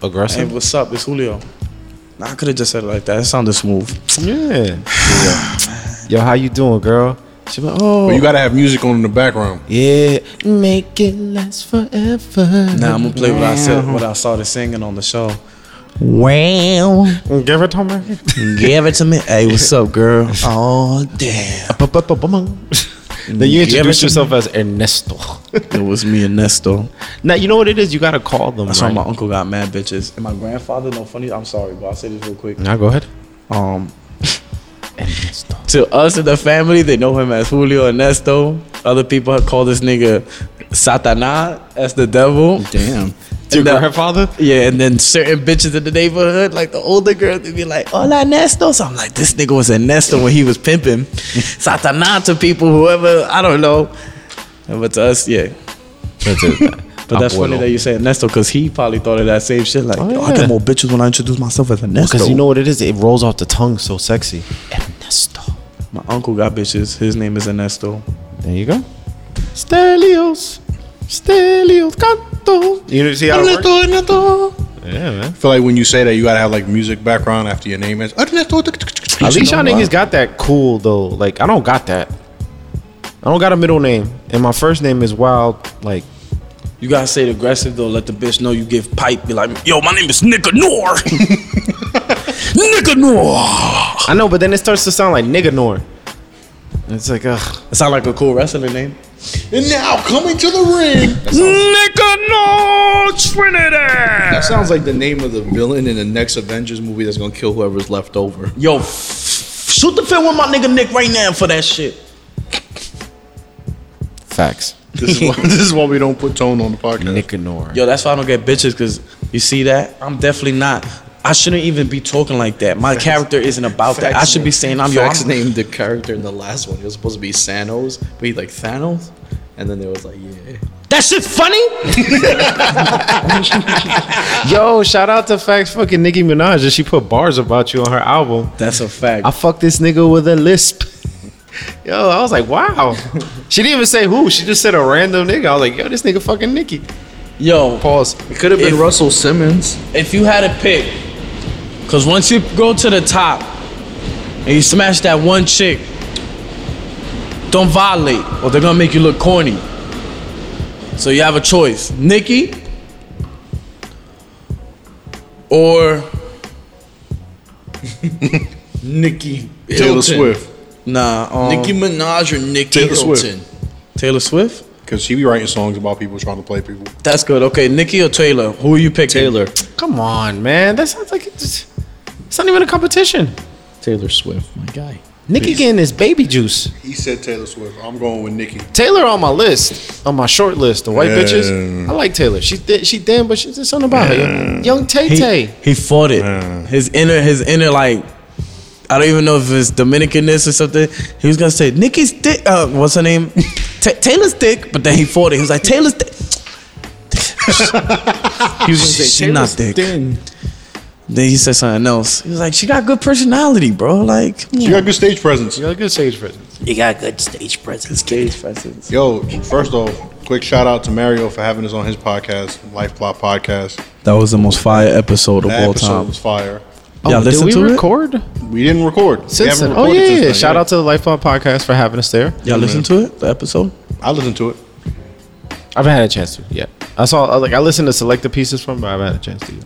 Hey,
Aggressive.
what's up? It's Julio. Nah, I could have just said it like that. It sounded smooth.
Yeah. Yo, how you doing, girl? She be like, oh,
But you gotta have music on in the background.
yeah. Make it last forever.
Nah, I'm gonna play what I said, what I started singing on the show.
Well,
Give it to me.
Give it to me. Hey, what's up, girl?
oh damn.
then you
Give it
introduce
to
yourself as Ernesto.
It was me and Nesto.
now you know what it is. You gotta call them.
That's why
right?
my uncle got mad bitches. And my grandfather, no funny. I'm sorry, but I'll say this real quick.
Now go ahead.
Um, to us in the family, they know him as Julio Ernesto. Other people have called this nigga Satanás as the devil.
Damn.
Your
And, uh,
grandfather.
Yeah, and then certain bitches in the neighborhood, like the older girl, they be like, "Hola, Nesto." So I'm like, this nigga was a Nesto when he was pimping, Satana to people, whoever I don't know. And But to us, yeah.
That's it.
But that's funny that you say Nesto because he probably thought of that same shit. Like,
Oh,
"Yo, I
yeah.
get more bitches when I introduce myself as a Nesto.
Because you know what it is. It rolls off the tongue so sexy. Ernesto.
my uncle got bitches. His name is Ernesto.
There you go. Stelios. Stelios canto. You see how it works? Yeah, man.
I feel like when you say that, you gotta have like music background after your name is. At
At least y'all niggas got that cool though. Like I don't got that. I don't got a middle name, and my first name is Wild. Like
You gotta say it aggressive though. Let the bitch know you give pipe. Be like, yo, my name is Nicanor. Nicanor.
I know, but then it starts to sound like Niganor. It's like ugh.
That sound like a cool wrestling name.
And now coming to the ring.
That sounds like the name of the villain in the next Avengers movie that's gonna kill whoever's left over.
Yo, f- shoot the film with my nigga Nick right now for that shit.
Facts.
this, is why, this is why we don't put tone on the podcast.
Nicanor.
Yo, that's why I don't get bitches, cause you see that? I'm definitely not. I shouldn't even be talking like that. My character isn't about that. I should be saying I'm your
Facts named the character in the last one. He was supposed to be Sanos, but he like Thanos. And then they was like, yeah.
That shit's funny?
Yo, shout out to Facts fucking Nicki Minaj. that She put bars about you on her album.
That's a fact.
I fucked this nigga with a lisp. Yo, I was like, wow. she didn't even say who. She just said a random nigga. I was like, yo, this nigga fucking Nicki.
Yo,
Pause.
It could have been
If-
Russell Simmons.
if you had to pick, because once you go to the top and you smash that one chick, don't violate or they're gonna make you look corny. So you have a choice Nikki or
Nikki
Taylor
Hilton.
Swift.
nah, um,
Nicki Minaj or Nikki
Taylor Swift.
Hilton?
Taylor Swift?
Because she be writing songs about people trying to play people.
That's good. Okay, Nikki or Taylor? Who are you picking?
Taylor.
Come on, man. That sounds like it's, it's not even a competition.
Taylor Swift, my guy.
Nicki getting his baby juice.
He said Taylor Swift. I'm going with Nicki.
Taylor on my list, on my short list, the white
Yeah.
bitches. I like Tayllo. She th- she damn, but she's just something about her. Young Tay
He,
Tay.
he fought it.
Yeah.
His inner, his inner, like I don't even know if it's Dominicanness or something. He was gonna say Nikki's dick. Uh, what's her name? Ta Taylor's dick. But then he fought it. He was like Taylor's dick. he was gonna say she's not dick.
Thin.
Then he said something else. He was like, she got good personality, bro. Like
She got good stage presence.
You got a good stage presence.
You got good stage presence.
stage presence.
Yo, first off, quick shout out to Mario for having us on his podcast, Life Plot Podcast.
That was the most fire episode of
That
all
episode
time.
was fire. Oh,
Y'all
did
listen
we
to it?
record?
We didn't record. We
Since
haven't
then. Oh,
recorded
yeah.
since then,
Shout out to the Lifeblood Podcast for having us there.
Y'all listen to it? The episode?
I listened to it.
I haven't had a chance to yet. I saw, I- like, I listened to selected pieces from, but I haven't had a chance to yet.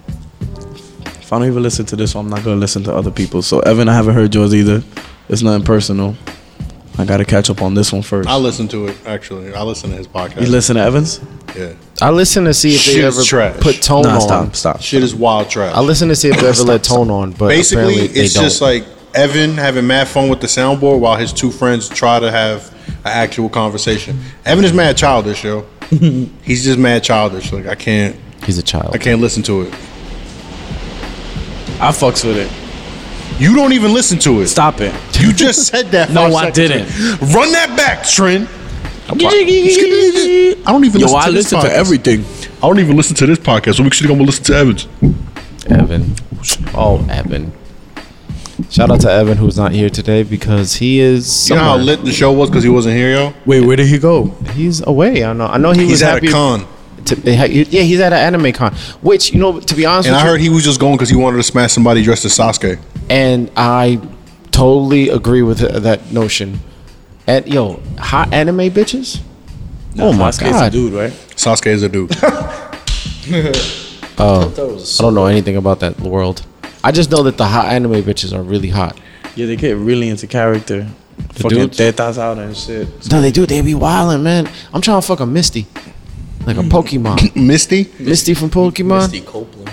If I don't even listen to this one, I'm not gonna listen to other people. So Evan, I haven't heard yours either. It's nothing personal. I gotta catch up on this one first.
I listened to it, actually. I listened to his podcast.
you listen to Evans?
yeah.
I listened to see if they
Shit is
ever
trash.
put tone
Nah,
on.
stop, stop.
Shit is wild trash.
I listened to see if they ever let tone on, but
Basically,
apparently they
it's
don't.
just like Evan having mad fun with the soundboard while his two friends try to have an actual conversation. Evan is mad childish, yo. He's just mad childish. Like I can't,
He's a child.
I can't listen to it.
I fucks with it.
You don't even listen to it.
Stop it.
You just said that.
No,
five
I
seconds ago. Run that back, Trent. I don't even.
Yo,
listen
I
to this
listen to
podcast.
everything.
I don't even listen to this podcast. So we should gonna listen to Evans.
Evan. Oh, Evan. Shout out to Evan who's not here today because he is
You know how
somewhere.
lit the show was because he wasn't here, yo.
Wait, where did he go?
he's away. I know. I know he was
He's at
happy
a con,
to- eh, yeah, he's at an anime con, which you know, to be honest,
and
with
I
you,
heard he was just going because he wanted to smash somebody dressed as Sasuke.
and I totally agree with uh, that notion. And yo, hot anime bitches. oh my god,
dude, right?
Sasuke is a dude.
I don't know anything about that world. I just know that the hot anime bitches are really hot.
Yeah, they get really into character. Fucking
dudes?
tetas out and shit.
No, they do. They be wildin', man. I'm trying to fuck a Misty, like a Pokemon.
Misty.
Misty from Pokemon.
Misty Copeland.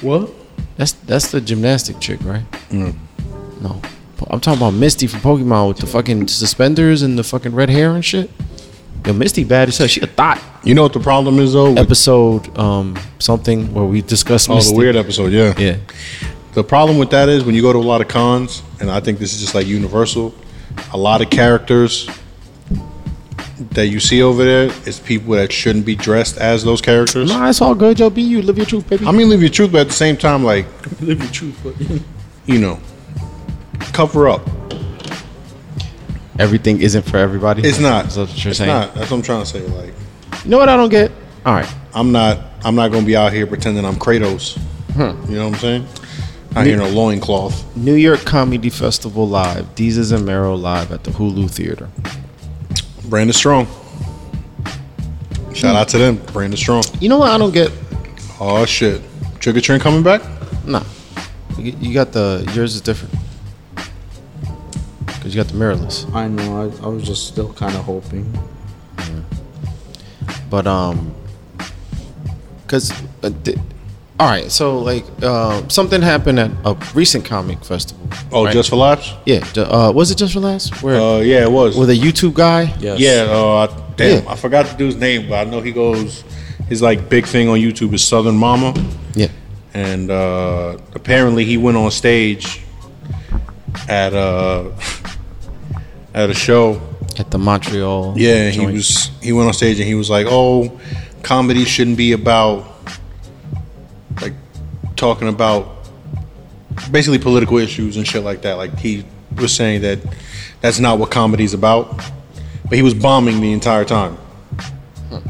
What?
That's that's the gymnastic chick, right? No, Po- I'm talking about Misty from Pokemon with the fucking suspenders and the fucking red hair and shit. Yo, Misty bad as hell. She a thought.
You know what the problem is though? With,
Episode um something where we discussed
oh,
Misty.
the weird episode. Yeah.
Yeah.
The problem with that is when you go to a lot of cons, and I think this is just like universal. A lot of characters that you see over there is people that shouldn't be dressed as those characters.
Nah, it's all good, yo. Be you. Live your truth, baby.
I mean, live your truth, but at the same time, like
Live your truth, but
you know, cover up.
Everything isn't for everybody.
It's not.
That's what you're
it's
saying.
not. That's what I'm trying to say. Like,
You know what I don't get? All right.
I'm not. I'm not gonna be out here pretending I'm Kratos. You know what I'm saying? Out here in a loincloth.
New York Comedy Festival live. Deezus and Mero live at the Hulu Theater.
Brandon Strong. Shout out to them, Brandon Strong.
You know what I don't get?
Oh shit, Trigger Train coming back?
Nah. You you got the yours is different. Cause you got the mirrorless.
I know. I, I was just still kind of hoping.
But um, cause uh, di- all right, so like uh, something happened at a recent comic festival.
Oh,
right?
just for laughs?
yeah. ju- uh, was it just for last? Where
Uh, yeah, it was.
with a YouTube guy?
Yes.
Yeah. Uh, I- damn,
Yeah.
I forgot the dude's name, but I know he goes. His like big thing on YouTube is Southern Mama,
Yeah.
and uh, apparently he went on stage at uh at a show
at the Montreal.
Yeah, he
joint.
was. He went on stage and he was like, "Oh, comedy shouldn't be about like talking about basically political issues and shit like that." Like he was saying that that's not what comedy's about. But he was bombing the entire time.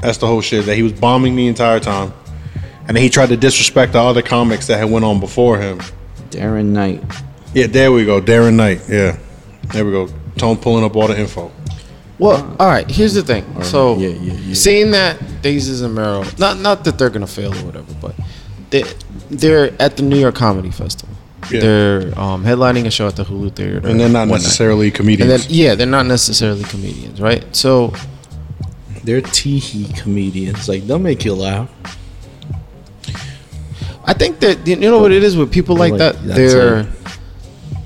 That's the whole shit. That he was bombing the entire time, and then he tried to disrespect the other comics that had went on before him.
Darren Knight.
Yeah, there we go. Darren Knight. Yeah, there we go. Tone pulling up all the info.
Well, all right. Here's the thing. so, seeing that Daisies and Merrill, not not that they're gonna fail or whatever, but they they're at the New York Comedy Festival.
Yeah.
They're um, headlining a show at the Hulu Theater,
And they're not
one night.
necessarily comedians.
And then yeah, they're not necessarily comedians, right? So
They're teehee comedians. Like they'll make you laugh.
I think that you know what it is with people like,
Like,
that.
that's
Their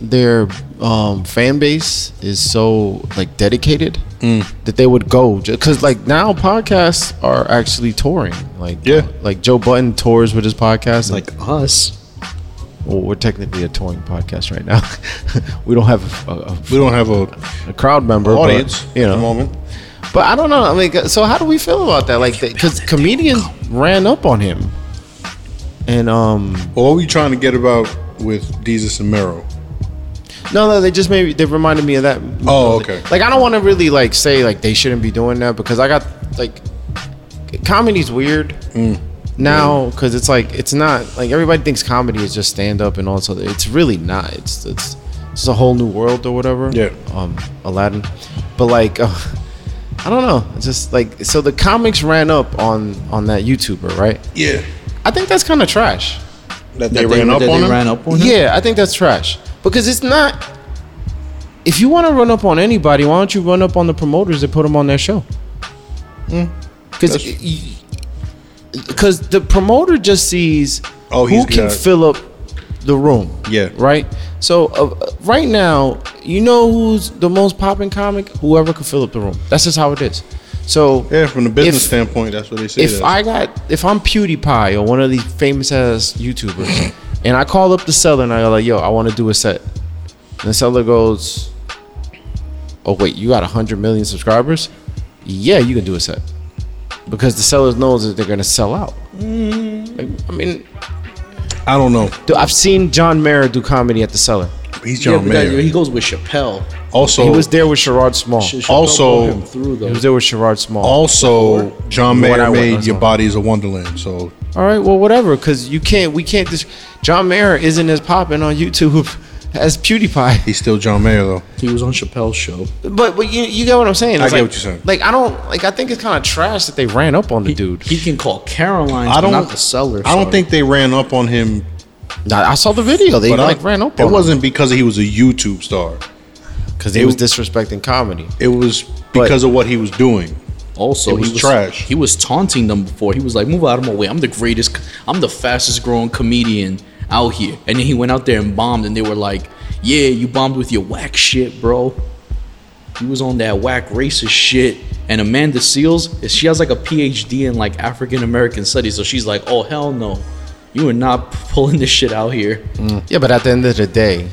their um, fan base is so like dedicated
Mm.
that they would go because like now podcasts are actually touring. Like
Yeah.
like Joe Button tours with his podcast. Like
Like us.
well, we're technically a touring podcast right now. we don't have a, a,
we don't have a
a crowd member but,
audience
you
at the
know,
moment.
but I don't know. I mean, so how do we feel about that? Like, because comedians ran up on him, and um,
Well, what were you trying to get about with Jesus and Mero?
No, no, they just made they reminded me of that.
Oh, okay.
Like I don't want to really like say like they shouldn't be doing that because I got like comedy's weird
Mm.
now because it's like it's not like everybody thinks comedy is just stand up and all this other. It's really not. It's it's it's a whole new world or whatever.
Yeah.
Um, Aladdin, but like. Uh, I don't know. It's just like so the comics ran up on on that YouTuber, right?
Yeah,
I think that's kind of trash.
that they ran up
that
on
they
him.
ran up on him?
Yeah, I think that's trash because it's not. If you want to run up on anybody, why don't you run up on the promoters that put them on their show?
Hmm.
Because because the promoter just sees
Oh,
who
he's
can
got-
fill up the room.
Yeah.
Right. So uh, right now, you know who's the most popping comic? Whoever can fill up the room. That's just how it is. So
Yeah, from the business
if-
standpoint, that's what they say.
if I got if I'm PewDiePie or one of these famous ass YouTubers, and I call up the seller and I go like, "Yo, I want to do a set," and the seller goes, "Oh wait, you got hundred million subscribers? Yeah, you can do a set because the seller knows that they're gonna sell out." Like, I mean,
I don't know.
dude, I've seen John Mayer do comedy at the seller.
He's
Yeah,
John
but that-
Mayer.
he goes with Chappelle.
also,
he was there with Sherrod Small.
Ch- Chappelle
Also-
brought him through
He
though.
was there with Sherrod Small.
Oh. also John
When I
Mayer
went
made
last
Your
month.
Body Is a Wonderland. So
All right, well, whatever, because you can't. We can't. Dis- John Mayer isn't as popping on YouTube as PewDiePie.
he's still John Mayer though.
he was on Chappelle's show.
But but you you get what I'm saying. It's
I get
like-
what you're saying.
Like I don't like I think it's kind of trash that they ran up on the dude.
He can call Caroline.
I
I
don't-
don't not the seller.
I don't
sorry.
think they ran up on him,
Nah, I saw the video. They
but
like
I,
ran up
It
on
wasn't because he was a YouTube star.
because he was disrespecting comedy.
It was because of what he was doing.
Also,
It was
he was
trash.
He was taunting them before. He was like, "Move out of my way! I'm the greatest. I'm the fastest growing comedian out here." And then he went out there and bombed, and they were like, "Yeah, you bombed with your whack shit, bro." He was on that whack racist shit. And Amanda Seals, she has like a PhD in like African American studies, so she's like, "Oh hell no, you are not pulling this shit out here."
Mm.
Yeah, but at the end of the day,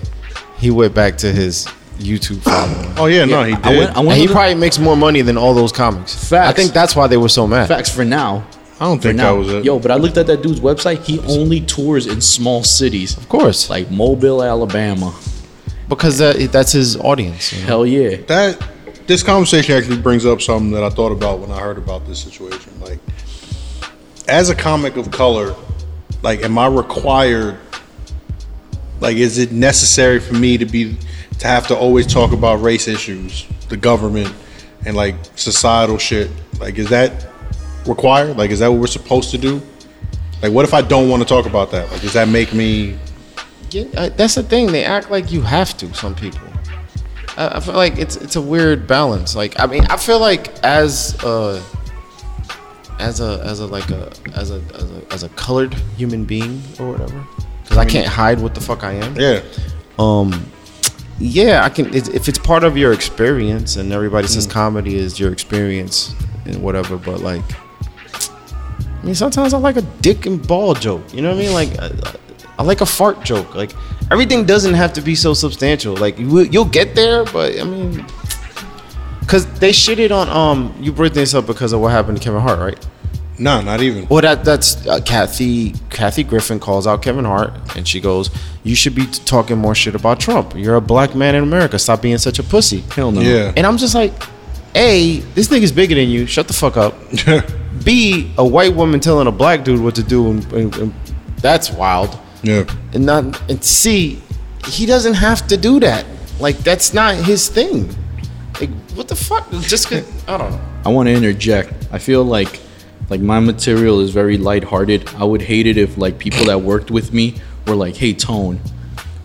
he went back to his YouTube following.
Oh yeah, no, he
I-
did.
I went, I
and
went
he
on the-
probably makes more money than all those comics. I
Facts.
think that's why they were so mad.
Facts for now.
I don't
For
think
now.
that was it.
Yo, but I looked at that dude's website. He only tours in small cities.
Of course, like
like Mobile, Alabama.
because that, that's his audience. you know?
Hell yeah.
that this conversation actually brings up something that I thought about when I heard about this situation. Like, as a comic of color, like, am I required? Like, is it necessary for me to be to have to always talk about race issues, the government, and like societal shit? Like, is that required? Like, is that what we're supposed to do? Like, what if I don't want to talk about that? Like, does that make me?
Yeah, I- uh, that's the thing. They act like you have to. Some people. I, I feel like it's it's a weird balance. Like I mean, I feel like as a as a as a like a as a as a, as a colored human being or whatever, because I can't hide what the fuck I am.
Yeah,
Um, yeah, I can. It's, if it's part of your experience, and everybody says comedy is your experience and whatever, but like, I mean, sometimes I like a dick and ball joke. You know what I mean? Like, I, I like a fart joke. Like, everything doesn't have to be so substantial. Like, you, will- you'll get there, but I mean, Cause they shitted on um. You bring this up because of what happened to Kevin Hart, right?
Nah, not even.
Well, that that's uh, Kathy. Kathy Griffin calls out Kevin Hart, and she goes, "You should be talking more shit about Trump. You're a black man in America. Stop being such a pussy."
Hell no.
Yeah.
And I'm just like, A, this nigga's bigger than you. Shut the fuck up. B, a white woman telling a black dude what to do, and, and- and that's wild.
yeah.
And not and C, he doesn't have to do that. Like that's not his thing. Like what the fuck? Just 'cause- I don't know.
I want to interject. I feel like like my material is very lighthearted. I would hate it if like people that worked with me were like, "Hey, Tone,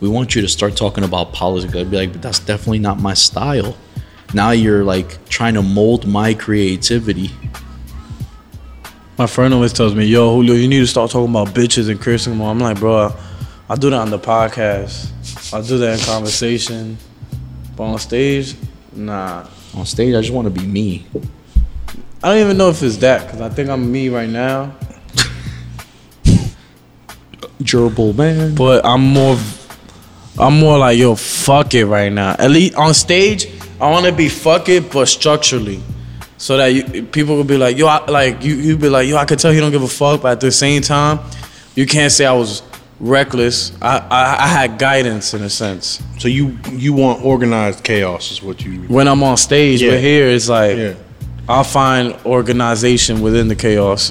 we want you to start talking about politics." I'd be like, "But that's definitely not my style." Now you're like trying to mold my creativity.
My friend always tells me, "Yo, Julio, you need to start talking about bitches and cursing more." I'm like, bro, I do that on the podcast. I do that in conversation, but on stage, nah.
On stage, I just want to be me.
I don't even know if it's that because I think I'm me right now,
Gerbil man.
but I'm more, I'm more like, yo, fuck it right now. At least on stage, I want to be fuck it, but structurally. So that you, people will be like, yo, I, like you, you be like, yo, I could tell you don't give a fuck, but at the same time, you can't say I was reckless. I, I, I had guidance in a sense.
So you you want organized chaos is what you.
when I'm on stage,
Yeah.
but here it's like
Yeah.
I'll find organization within the chaos.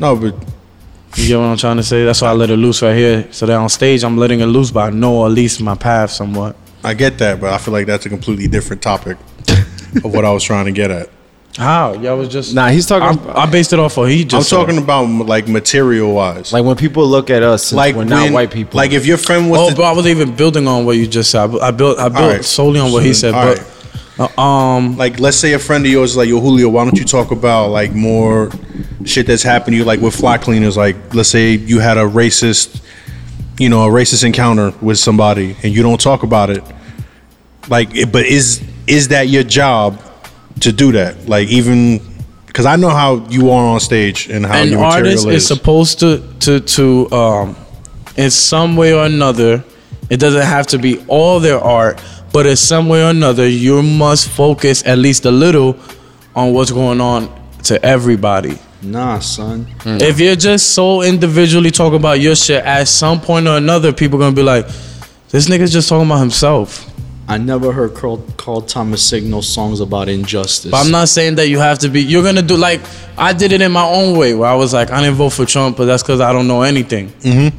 No, but
You get what I'm trying to say? That's why I let it loose right here. So that on stage, I'm letting it loose, but I know at least my path somewhat.
I get that, but I feel like that's a completely different topic of what I was trying to get at.
How? Y'all was just
Nah, he's talking.
I, I based it off of he
I'm
just. said.
talking about like material wise,
like when people look at us, like we're not
when-
white people.
Like if your friend was
Oh,
to-
bro, I was even building on what you just said. I bu- I built, I built
right.
solely on what he
So
said.
then- all
But uh, um,
like let's say a friend of yours is like yo Julio, why don't you talk about like more shit that's happened to you like with fly cleaners? Like let's say you had a racist, you know, a racist encounter with somebody and you don't talk about it. Like, it- but is is that your job to do that? Like even because I know how you are on stage and how
an
your
artist
material
is
is.
supposed to to to um, in some way or another. It doesn't have to be all their art, but in some way or another, you must focus at least a little on what's going on to everybody.
Nah, son.
If you're just so individually talking about your shit, at some point or another, people gonna be like, "This nigga's just talking about himself."
I never heard Carl, Carl Thomas Signal songs about injustice.
But I'm not saying that you have to be. You're gonna do like I did it in my own way, where I was like, I didn't vote for Trump, but that's because I don't know anything. Mm-hmm.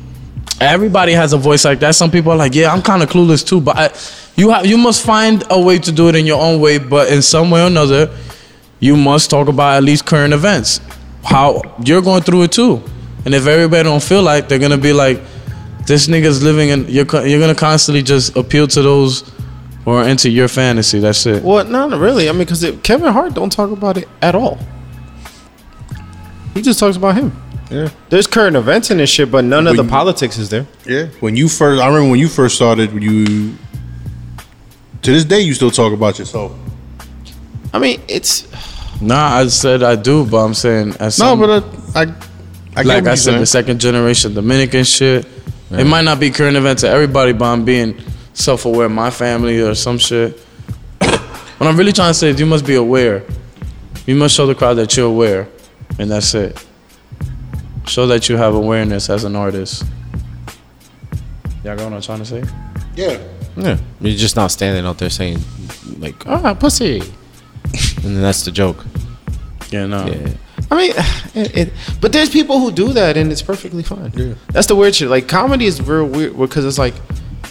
Everybody has a voice like that. Some people are like, yeah, I'm kind of clueless too. But I, you have you must find a way to do it in your own way. But in some way or another, you must talk about at least current events. How you're going through it too. And if everybody don't feel like they're gonna be like, this nigga's living in you're co- you're gonna constantly just appeal to those who are into your fantasy. That's it.
Well, no, no, really. I mean, because Kevin Hart don't talk about it at all. He just talks about him.
Yeah.
There's current events in this shit, but none of the
When-
politics is there.
Yeah. When you first, I remember when you first started, you. To this day, you still talk about yourself.
I mean, it's
Nah, I said I do, but I'm saying as
No,
some-
but I, I, I get
like
what
I
you're
said,
saying.
the second generation Dominican shit. It might not be current event to everybody, but I'm being self-aware. of My family or some shit. what I'm really trying to say is, you must be aware. You must show the crowd that you're aware, and that's it. Show that you have awareness as an artist. Y'all got what I'm trying to say?
Yeah.
yeah, you're just not standing out there saying like, "Ah, pussy," and then that's the joke.
Yeah, no.
Yeah. I mean, it, it, but there's people who do that, and it's perfectly fine. Yeah. That's the weird shit. Like comedy is real weird because it's like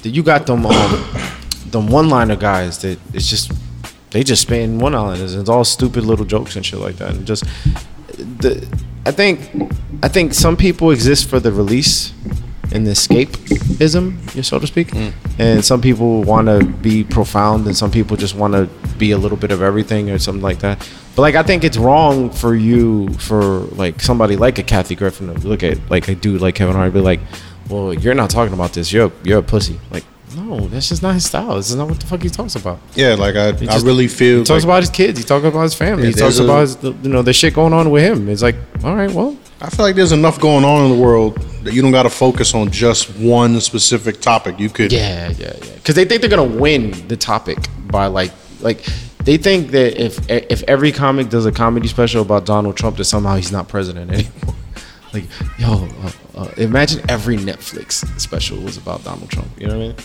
that you got them um, them one liner guys that it's just they just spin one liners. It's all stupid little jokes and shit like that, and just the. I think, I think some people exist for the release and the escapism, so to speak,
Mm.
and some people want to be profound, and some people just want to be a little bit of everything or something like that. But like, I think it's wrong for you, for like somebody like a Kathy Griffin to look at like a dude like Kevin Hart, and be like, "Well, you're not talking about this. You're you're a pussy." Like, no, that's just not his style. This is not what the fuck he talks about.
Yeah, like I, I
just-
really feel.
He
like-
talks about his kids. He talks about his family.
Yeah,
he talks
there's a-
about his, you know the shit going on with him. It's like, all right, well,
I feel like there's enough going on in the world that you don't got to focus on just one specific topic. You could.
yeah, yeah, yeah. Because they think they're gonna win the topic by like like They think that if if every comic does a comedy special about Donald Trump, that somehow he's not president anymore. Like, yo, uh, uh, imagine every Netflix special was about Donald Trump. You know what I mean?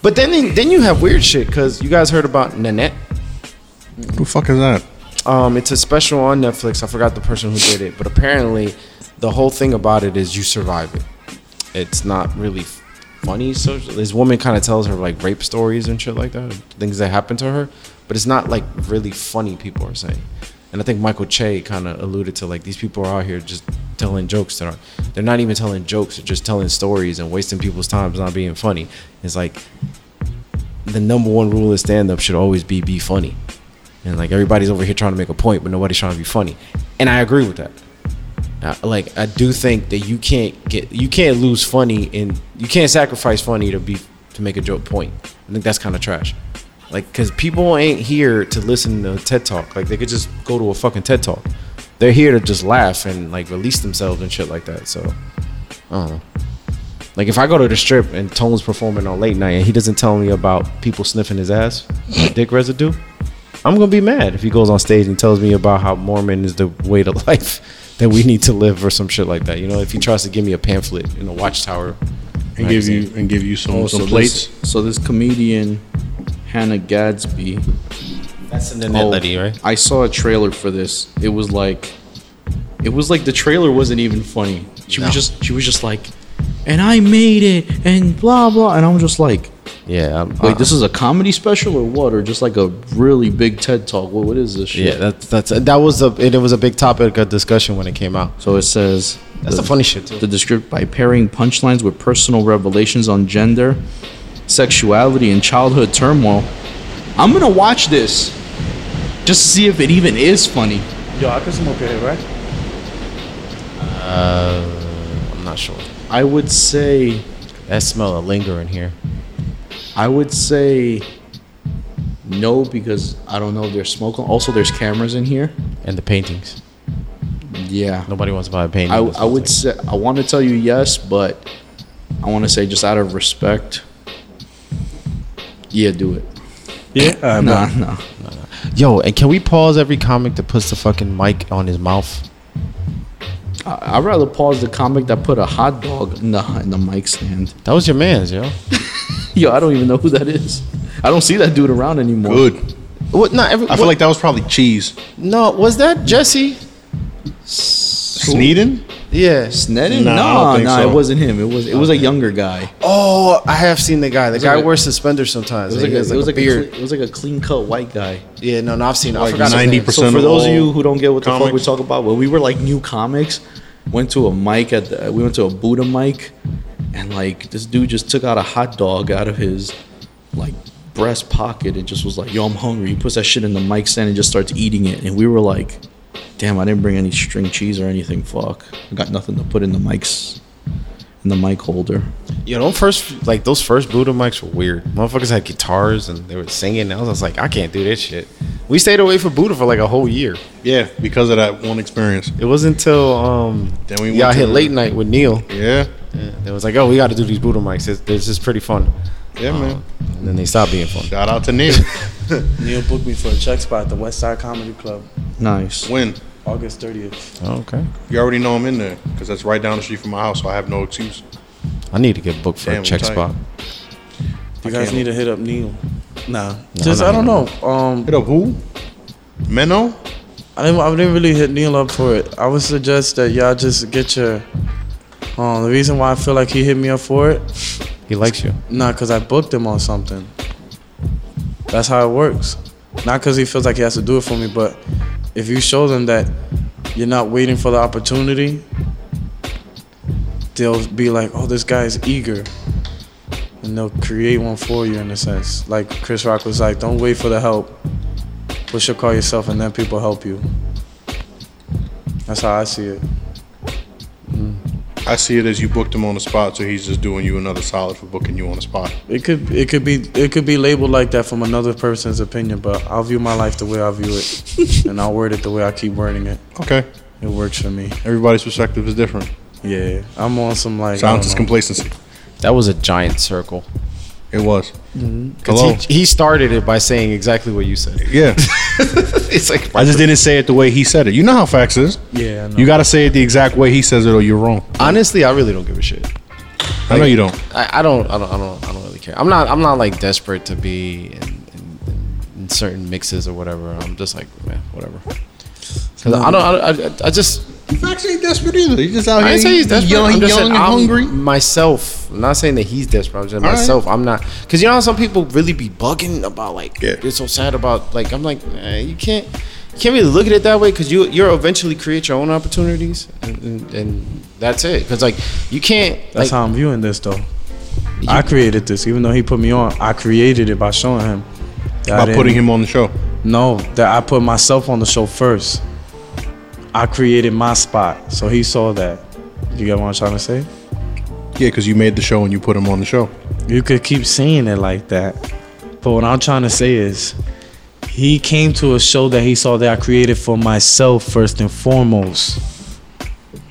But then then you have weird shit because you guys heard about Nanette.
Who the fuck is that?
Um, it's a special on Netflix. I forgot the person who did it, but apparently, the whole thing about it is you survive it. It's not really funny. So this woman kind of tells her like rape stories and shit like that, things that happened to her, but it's not like really funny. People are saying, and I think Michael Che kind of alluded to like these people are out here just telling jokes that aren't. They're not even telling jokes. They're just telling stories and wasting people's time. It's not being funny. It's like the number one rule of stand up should always be be funny. And like everybody's over here trying to make a point, but nobody's trying to be funny. And I agree with that. Uh, like I do think that you can't get you can't lose funny and you can't sacrifice funny to be to make a joke point. I think that's kind of trash. Like because people ain't here to listen to a TED talk. Like they could just go to a fucking TED talk. They're here to just laugh and like release themselves and shit like that. So I don't know. Like if I go to the strip and Tone's performing on late night and he doesn't tell me about people sniffing his ass, dick residue, I'm gonna be mad if he goes on stage and tells me about how Mormon is the way to life that we need to live or some shit like that. You know, if he tries to give me a pamphlet in a watchtower,
And give you and give you some some
Oh, so
plates.
This, so this comedian Hannah Gadsby.
that's an
oh, I saw a trailer for this. It was like, it was like the trailer wasn't even funny. She was just she was just like, and I made it and blah blah. And I'm just like,
Yeah, I'm, uh,
wait, this is a comedy special or what? Or just like a really big TED talk? What what is this? Shit?
yeah. That's that's that was a it, was a big topic of discussion when it came out.
So it says
That's the funny shit, too.
The descript by pairing punchlines with personal revelations on gender, sexuality, and childhood turmoil. I'm gonna watch this just to see if it even is funny.
Yo, I can smoke it, right?
I'm not sure.
I would say
That smell of linger in here.
I would say no because I don't know if there's smoke. Also, there's cameras in here.
And the paintings.
Yeah.
Nobody wants to buy a painting.
I,
That's
I would
like-
say I want to tell you yes, but I want to say just out of respect. Yeah, do it.
Yeah. All right,
Nah, nah.
Yo, and can we pause every comic that puts the fucking mic on his mouth?
I, I'd rather pause the comic that put a hot dog in the in the mic stand.
That was your man's, yo.
Yo, I don't even know who that is. I don't see that dude around anymore.
Good.
What? Not every.
I feel like that was probably cheese.
no. Was that Jesse?
Sneeden?
Yeah.
Snedden?
Nah, I don't
Nah, nah,
think so.
it wasn't him. It was it was a younger guy.
Oh, I have seen the guy. The guy
like a-
wears suspenders sometimes.
It
and
was like,
he
a,
has,
it was
a
like a
beard.
cle- it was like a clean cut white guy.
yeah, no, no, I've seen. I
Like
forgot. his name.
90%.
So for
of
those of
all
you who don't get what the fuck we
comics.
talk about, when we were like new comics, went to a mic at the, we went to a Buddha mic, and like this dude just took out a hot dog out of his like breast pocket and just was like, "Yo, I'm hungry." He puts that shit in the mic stand and just starts eating it, and we were like, "Damn, I didn't bring any string cheese or anything. Fuck, I got nothing to put in the mics." In the mic holder,
You know, first like those first Buddha mics were weird. Motherfuckers had guitars and they were singing. I was, I was like, I can't do this shit. We stayed away from Buddha for like a whole year.
Yeah, because of that one experience.
It wasn't until um
Then we
y'all
went to
hit
the-
late night with Neil.
Yeah.
It was like, oh, we got to do these Buddha mics. It's, this is pretty fun.
Yeah, man.
And then they stopped being fun.
Shout out to Neil.
Neil booked me for a check spot at the West Side Comedy Club,
nice.
when?
August 30th.
Oh, okay.
You already know I'm in there because that's right down the street from my house, so I have no excuse.
I need to get booked for
Damn,
a
we
check
tight.
spot.
You guys need to hit up Neil. Nah,
nah,
just I don't know. Um,
Hit up who? Menno?
I didn't, I didn't really hit Neil up for it. I would suggest that y'all just get your. Um, the reason why I feel like he hit me up for it,
He likes you.
not because I booked him on something. That's how it works. Not because he feels like he has to do it for me, but if you show them that you're not waiting for the opportunity, they'll be like, oh, this guy's eager. And they'll create one for you in a sense. Like Chris Rock was like, don't wait for the help. Push your call yourself and then people help you. That's how I see it.
I see it as you booked him on the spot, so he's just doing you another solid for booking you on the spot.
It could it could be it could be labeled like that from another person's opinion, but I'll view my life the way I view it. and I'll word it the way I keep wording it.
Okay.
It works for me.
Everybody's perspective is different.
Yeah. I'm on some like I
Silence
don't
is
know.
complacency.
That was a giant circle.
It was.
'Cause
Hello.
He, he started it by saying exactly what you said.
Yeah.
It's like
I just didn't say it the way he said it. You know how facts is.
Yeah, I know.
You got to say it the exact way he says it, or you're wrong.
honestly, I really don't give a shit.
I know you don't.
I, I don't I don't I don't I don't really care. I'm not I'm not like desperate to be in, in, in certain mixes or whatever. I'm just like man, whatever. 'Cause I don't I, I, I just
Facts ain't desperate either. He's just out
I didn't say he's desperate.
young,
I'm just
young
saying
and
I'm
hungry.
myself. I'm not saying that he's desperate. I'm just
right.
myself. I'm not because you know how some people really be bugging about like
Yeah.
they're so sad about like I'm like eh, you can't you can't really look at it that way because you you're eventually create your own opportunities and and, and that's it because like you can't
That's
like
how I'm viewing this, though. I created this, even though he put me on. I created it by showing him. that I
By
didn't-
putting him on the show.
No, that I put myself on the show first. I created my spot, so he saw that. You get what I'm trying to say?
Yeah, because you made the show and you put him on the show.
You could keep saying it like that, but what I'm trying to say is, he came to a show that he saw that I created for myself first and foremost.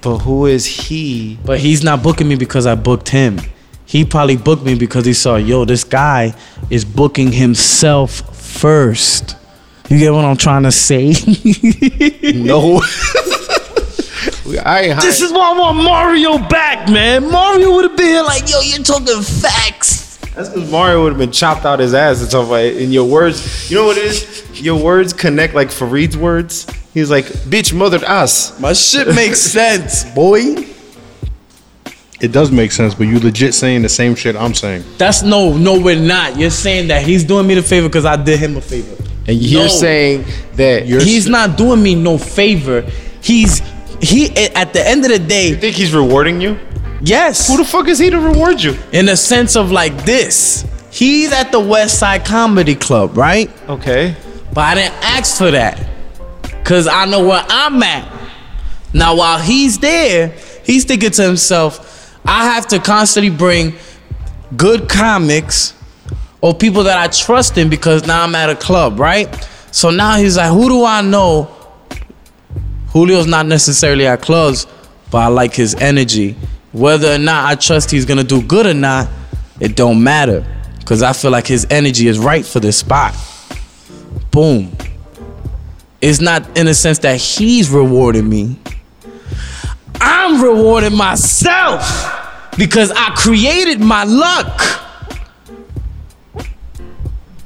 but who is he
But he's not booking me because I booked him. He probably booked me because he saw, yo, this guy is booking himself first. You get what I'm trying to say?
No. Oh. I,
this is why I want Mario back, man. Mario would have been here like, yo, you're talking facts.
that's because Mario would have been chopped out his ass and stuff like. And your words, you know what it is? Your words connect like Fareed's words. He's like, "Bitch, mothered us."
My shit makes sense, boy.
It does make sense, but you legit saying the same shit I'm saying.
That's no, no, we're not. You're saying that he's doing me the favor because I did him a favor.
And you're
No.
saying that you
he's not doing me no favor. He's he at the end of the day,
think he's rewarding you?
yes.
Who the fuck is he to reward you?
in a sense of like this. He's at the West Side Comedy Club, right?
Okay.
But I didn't ask for that. Cause I know where I'm at. Now while he's there, he's thinking to himself, I have to constantly bring good comics or people that I trust in because now I'm at a club, right? So now he's like, who do I know? Julio's not necessarily at clubs, but I like his energy. Whether or not I trust he's gonna do good or not, it don't matter. Cause I feel like his energy is right for this spot boom. It's not in a sense that he's rewarding me. I'm rewarding myself because I created my luck.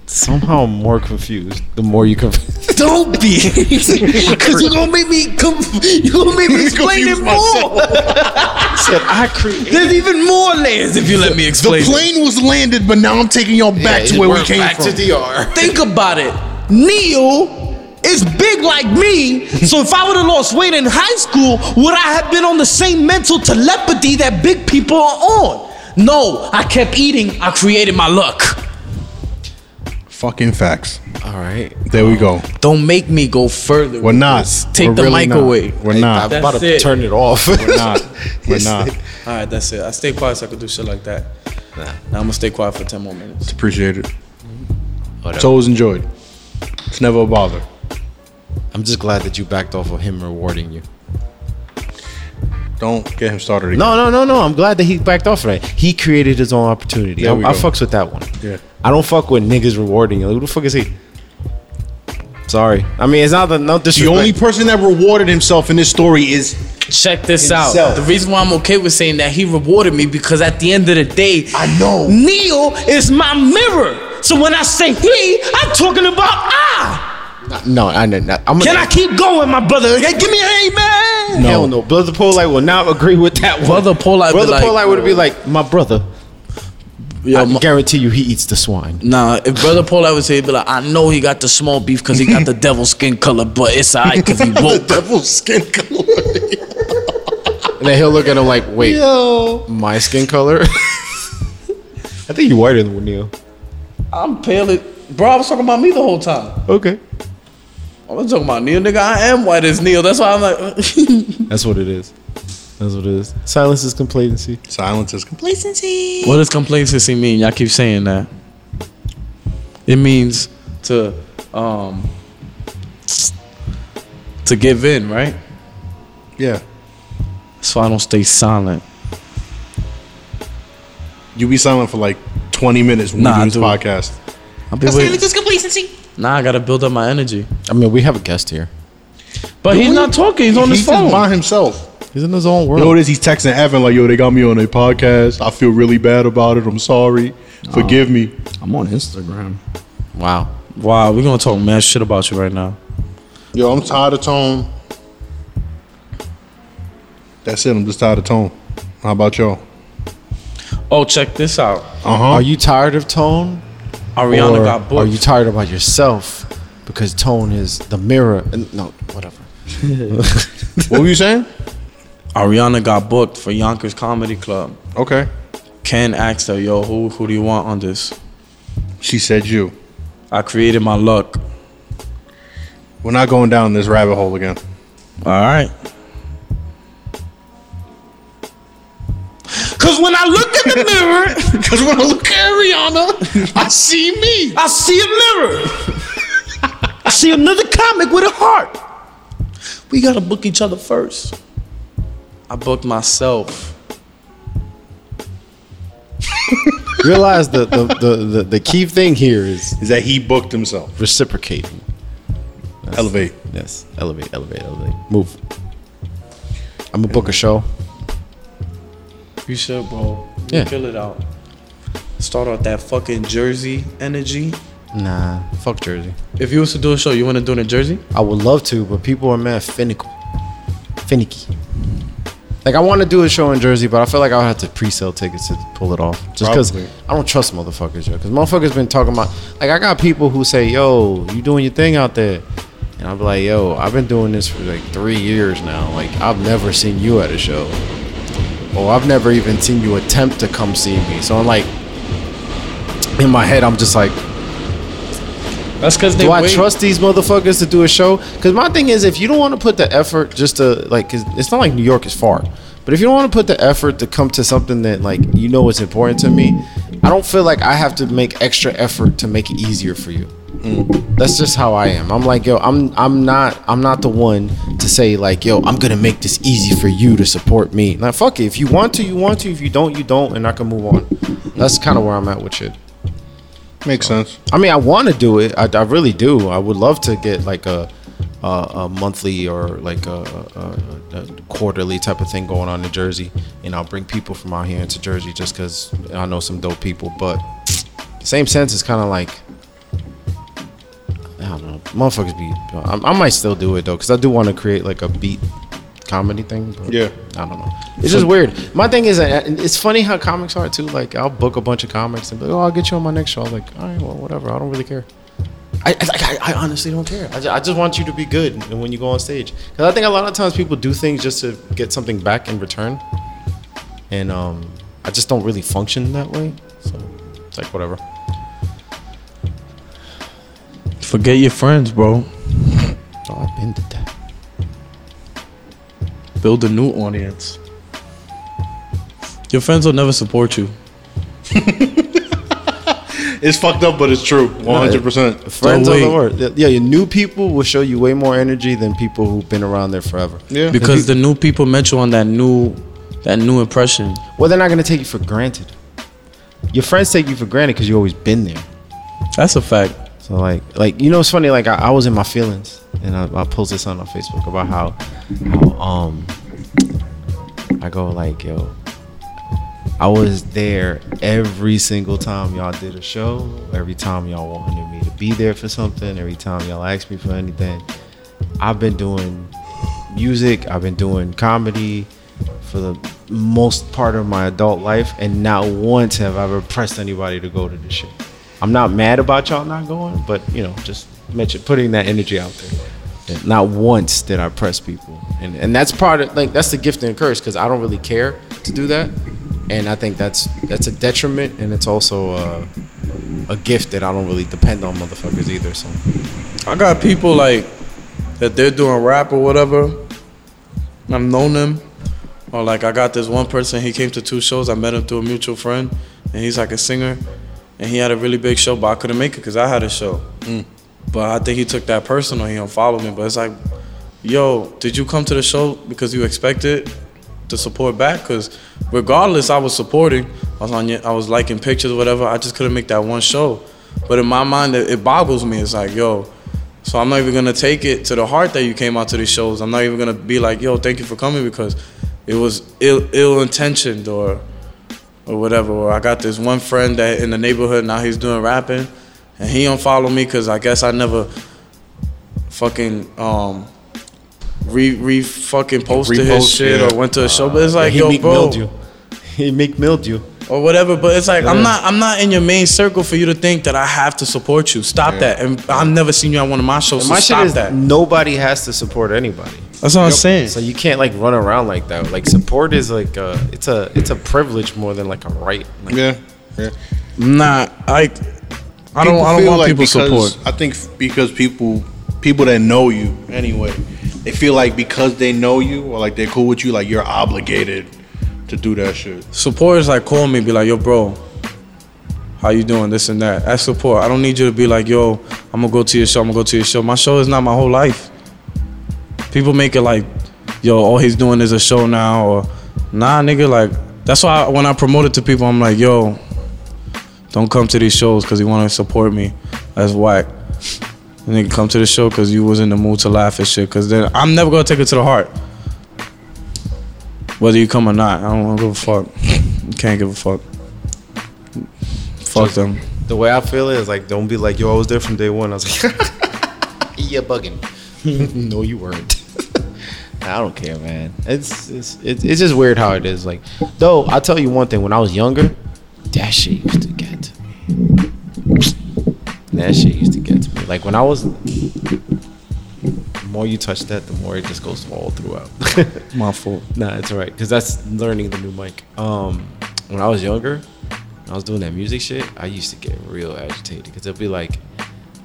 Somehow I'm more confused the more you confuse.
Don't be, because you're gonna make me. Conf- you're gonna make me explain it more.
said I create.
There's even more layers if you let me
The
explain. it.
plane was landed, but now I'm taking y'all back to where we came from.
DR.
Think about it. Neil is big like me, so if I would have lost weight in high school, would I have been on the same mental telepathy that big people are on? No, I kept eating. I created my luck.
Fucking facts.
All right.
There we go.
Don't make me go further.
We're
with
not.
this. Take
We're
the
really
mic
not.
away.
We're
I'm
not.
That's
about to
it.
turn it off.
We're not. We're not.
All right, that's it. I stay quiet so I could do shit like that. Now I'm gonna stay quiet for ten more minutes.
Appreciate it. It's always enjoyed. It's never a bother.
I'm just glad that you backed off of him rewarding you.
Don't get him started again.
No, no, no, no. I'm glad that he backed off of that. He created his own opportunity.
There
I,
we
I
go.
fucks with that one.
Yeah.
I don't fuck with niggas rewarding you. Like, who the fuck is he? Sorry. I mean, it's not the no
The
disrespect.
only person that rewarded himself in this story is
Check this out.
Himself.
The reason why I'm okay with saying that he rewarded me because at the end of the day,
I know.
Neil is my mirror. So when I say he, I'm talking about I.
no, I know. not- I'm
Can I keep going, my brother? Hey, give me an amen.
No. Hell no. Brother Polite will not agree with that one.
Brother Polite be
Brother
like-
Polite would be like, my brother. I
my-
guarantee you, he eats the swine.
Nah, if brother Paul I would say, he'd be like, I know he got the small beef because he got the devil skin color, but it's alright because he woke.
devil's skin color.
And then he'll look at him like, wait, my skin color. I think you whiter than Neil.
I'm pale, bro. I was talking about me the whole time.
Okay,
I was talking about Neil, nigga. I am white as Neil. That's why I'm like.
that's what it is. That's what it is. Silence is complacency.
Silence is complete.
What does complacency mean? Y'all keep saying that. It means to um to give in, right?
Yeah.
So I don't stay silent.
You be silent for like 20 20 minutes when
Nah,
we do this
dude.
podcast.
I'll be waiting. Nah, I gotta build up my energy.
I mean, we have a guest here.
But he's not talking. He's on his
He's just
phone.
by himself.
He's in his own
You know
world.
what it is? He's texting Evan like, yo, they got me on a podcast. I feel really bad about it. I'm sorry. Forgive me.
I'm on Instagram.
Wow.
Wow, we're gonna talk mad shit about you right now.
Yo, I'm tired of tone. That's it. I'm just tired of tone. How about y'all?
Oh, check this out.
Uh
Are
huh.
you tired of Tone?
Ariana
Or
got booked.
Are you tired about yourself? Because Tone is the mirror. And no, whatever.
What were you saying?
Ariana got booked for Yonkers Comedy Club.
Okay.
Ken asked her, "Yo, who who do you want on this?"
She said you.
I created my luck.
We're not going down this rabbit hole again.
All right. Cause when I look in the mirror,
Because when I look at Rihanna, I see me.
I see a mirror. I see another comic with a heart. We gotta book each other first. I booked myself.
Realize the the, the, the the key thing here is
Is that he booked himself?
reciprocating.
Elevate.
Yes. Elevate, elevate, elevate. Move. I'm gonna book a show.
You should, bro.
Yeah.
Kill it out. Start out that fucking Jersey energy.
Nah. Fuck Jersey.
If you was to do a show, you wanna do it in Jersey?
I would love to, but people are mad finicky. Finicky. Like I want to do a show in Jersey, but I feel like I would have to pre-sell tickets to pull it off. Just because
Probably.
I don't trust motherfuckers, yo. Because motherfuckers been talking about like I got people who say, "Yo, you doing your thing out there," and I'll be like, "Yo, I've been doing this for like three years now. Like I've never seen you at a show, or I've never even seen you attempt to come see me." So I'm like, in my head, I'm just like,
That's cause they
do I
wait.
trust these motherfuckers to do a show? Because my thing is, if you don't want to put the effort just to like, 'cause it's not like New York is far, but if you don't want to put the effort to come to something that like you know is important to me, I don't feel like I have to make extra effort to make it easier for you.
Mm.
That's just how I am. I'm like, yo, I'm I'm not I'm not the one to say like, yo, I'm gonna make this easy for you to support me. Now, fuck it. If you want to, you want to. If you don't, you don't, and I can move on. That's kind of where I'm at with shit.
Makes sense.
I mean, I want to do it. I, I really do. I would love to get like a a, a monthly or like a, a, a quarterly type of thing going on in Jersey, and I'll bring people from out here into Jersey just because I know some dope people. But same sense, it's kind of like I don't know, motherfuckers be. I, I might still do it though, because I do want to create like a beat comedy thing. But
Yeah.
I don't know. It's just weird. My thing is, that- and it's funny how comics are too. Like, I'll book a bunch of comics and be like, "Oh, I'll get you on my next show." I'm like, all right, well, whatever. I don't really care. I I, I- I honestly don't care. I just, I just want you to be good and when you go on stage, because I think a lot of times people do things just to get something back in return, and um, I just don't really function that way. So it's like whatever.
Forget your friends, bro.
Oh, I've been to that.
Build a new audience. Your friends will never support you.
It's fucked up, but it's true. 100%.
Friends
So
are the
wait.
word. Yeah, your new people will show you way more energy than people who've been around there forever.
Yeah.
Because the new people met you on that new that new impression.
Well, they're not gonna take you for granted. Your friends take you for granted because you always been there.
That's a fact.
So like, like you know, it's funny. Like I, I was in my feelings, and I, I posted this on on Facebook about how, how um, I go like, yo, I was there every single time y'all did a show, every time y'all wanted me to be there for something, every time y'all asked me for anything. I've been doing music, I've been doing comedy for the most part of my adult life, and not once have I ever pressed anybody to go to this shit. I'm not mad about y'all not going, but you know, just mention putting that energy out there. Not once did I press people, and and that's part of like that's the gift and curse because I don't really care to do that, and I think that's that's a detriment, and it's also uh, a gift that I don't really depend on motherfuckers either. So
I got people like that they're doing rap or whatever. and I've known them. Or like I got this one person, he came to two shows. I met him through a mutual friend and he's like a singer. And he had a really big show, but I couldn't make it because I had a show. But I think he took that personal. He unfollowed me. But it's like, yo, did you come to the show because you expected the support back? Because regardless, I was supporting. I was on, your- I was liking pictures or whatever. I just couldn't make that one show. But in my mind, it, it boggles me. It's like, yo, so I'm not even gonna take it to the heart that you came out to these shows. I'm not even gonna be like, yo, thank you for coming because it was ill, ill intentioned or or whatever. Or I got this one friend that in the neighborhood now he's doing rapping, and he unfollowed me because I guess I never fucking um re re fucking posted his
Repost,
shit
yeah.
or went to a show. But it's like,
he
yo,
Meek
bro
milled you. He Meek milled you.
or whatever. But it's like I'm not I'm not in your main circle for you to think that I have to support you. Stop that. And I've never seen you at one of my shows.
And
So
my shit
stop
is
that.
nobody has to support anybody.
That's what I'm saying.
So you can't like run around like that. Like support is like a, it's a it's a privilege more than like a right. Like,
Yeah, yeah.
Nah, I I don't
People
I don't
feel
want
like
people
because-
support.
I think f- because people people that know you anyway, they feel like because they know you or like they're cool with you, like you're obligated to do that shit.
Support is like call me, be like, yo, bro, how you doing? This and that. That's support. I don't need you to be like, yo, I'm gonna go to your show. I'm gonna go to your show. My show is not my whole life. People make it like, yo, all he's doing is a show now, or nah, nigga. Like that's why when I promote it to people, I'm like, yo, don't come to these shows because you want to support me. That's whack. And then come to the show because you was in the mood to laugh and shit. Because then I'm never gonna take it to the heart. Whether you come or not, I don't give a fuck. Can't give a fuck. Fuck them.
the way I feel is like don't be like yo I was there from day one. I was like yeah bugging. no, you weren't. I don't care, man. It's, it's it's it's just weird how it is. Like though I'll tell you one thing. When I was younger, that shit used to get to me. That shit used to get to me. Like when I was. The more you touch that, the more it just goes all throughout.
My fault.
Nah, it's all right because that's learning the new mic. Um, when I was younger, when I was doing that music shit. I used to get real agitated because it'd be like,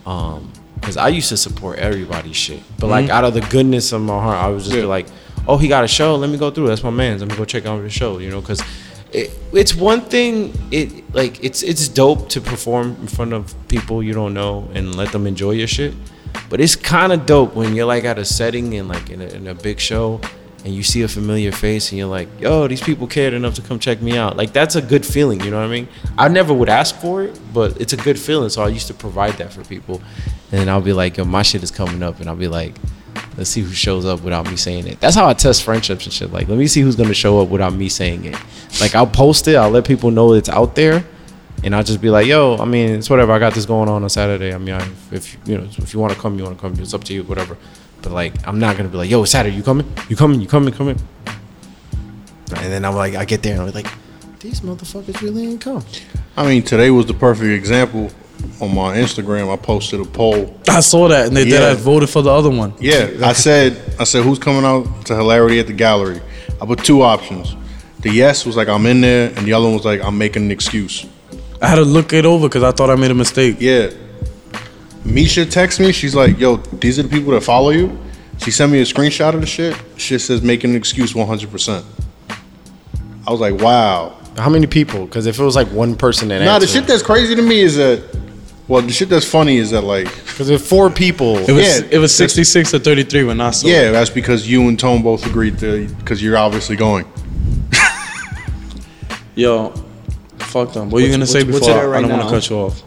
um, because I used to support everybody's shit, but like out of the goodness of my heart, I would just be like, oh, he got a show. Let me go through. That's my man's. Let me go check out the show. You know, because it, it's one thing. It like it's it's dope to perform in front of people you don't know and let them enjoy your shit. But it's kind of dope when you're like at a setting and like in a, in a big show and you see a familiar face and you're like, yo, these people cared enough to come check me out. Like that's a good feeling, you know what I mean? I never would ask for it, but it's a good feeling. So I used to provide that for people. And I'll be like, yo, my shit is coming up. And I'll be like, let's see who shows up without me saying it. That's how I test friendships and shit. Like, let me see who's gonna show up without me saying it. Like I'll post it, I'll let people know it's out there and I'll just be like, yo, I mean, it's whatever. I got this going on on Saturday. I mean, I, if you know, if you want to come, you want to come. It's up to you, whatever. But like, I'm not gonna be like, yo, it's Saturday, you coming? You coming? You coming? Coming? And then I'm like, I get there and I'm like, these motherfuckers really ain't come.
I mean, today was the perfect example. On my Instagram, I posted a poll.
I saw that and they
Yeah.
did. I voted for the other one.
Yeah, I said, I said, who's coming out to hilarity at the gallery? I put two options. The yes was like I'm in there, and the other one was like I'm making an excuse.
I had to look it over because I thought I made a mistake.
Yeah. Misha texts me. She's like, yo, these are the people that follow you. She sent me a screenshot of the shit. Shit says making an excuse 100%. I was like, wow.
How many people? Because if it was like one person that
Nah, the
answered-
shit that's crazy to me is that, well, the shit that's funny is that, like,
'Cause if four people,
It was
Yeah.
it was 66 to 33 when I saw. it.
yeah, that's because you and Tone both agreed to, because you're obviously going.
Yo, fuck them. What are you gonna
What's-
say
what's-
before
what's it at
I,
right
I don't want
now?
to cut you off?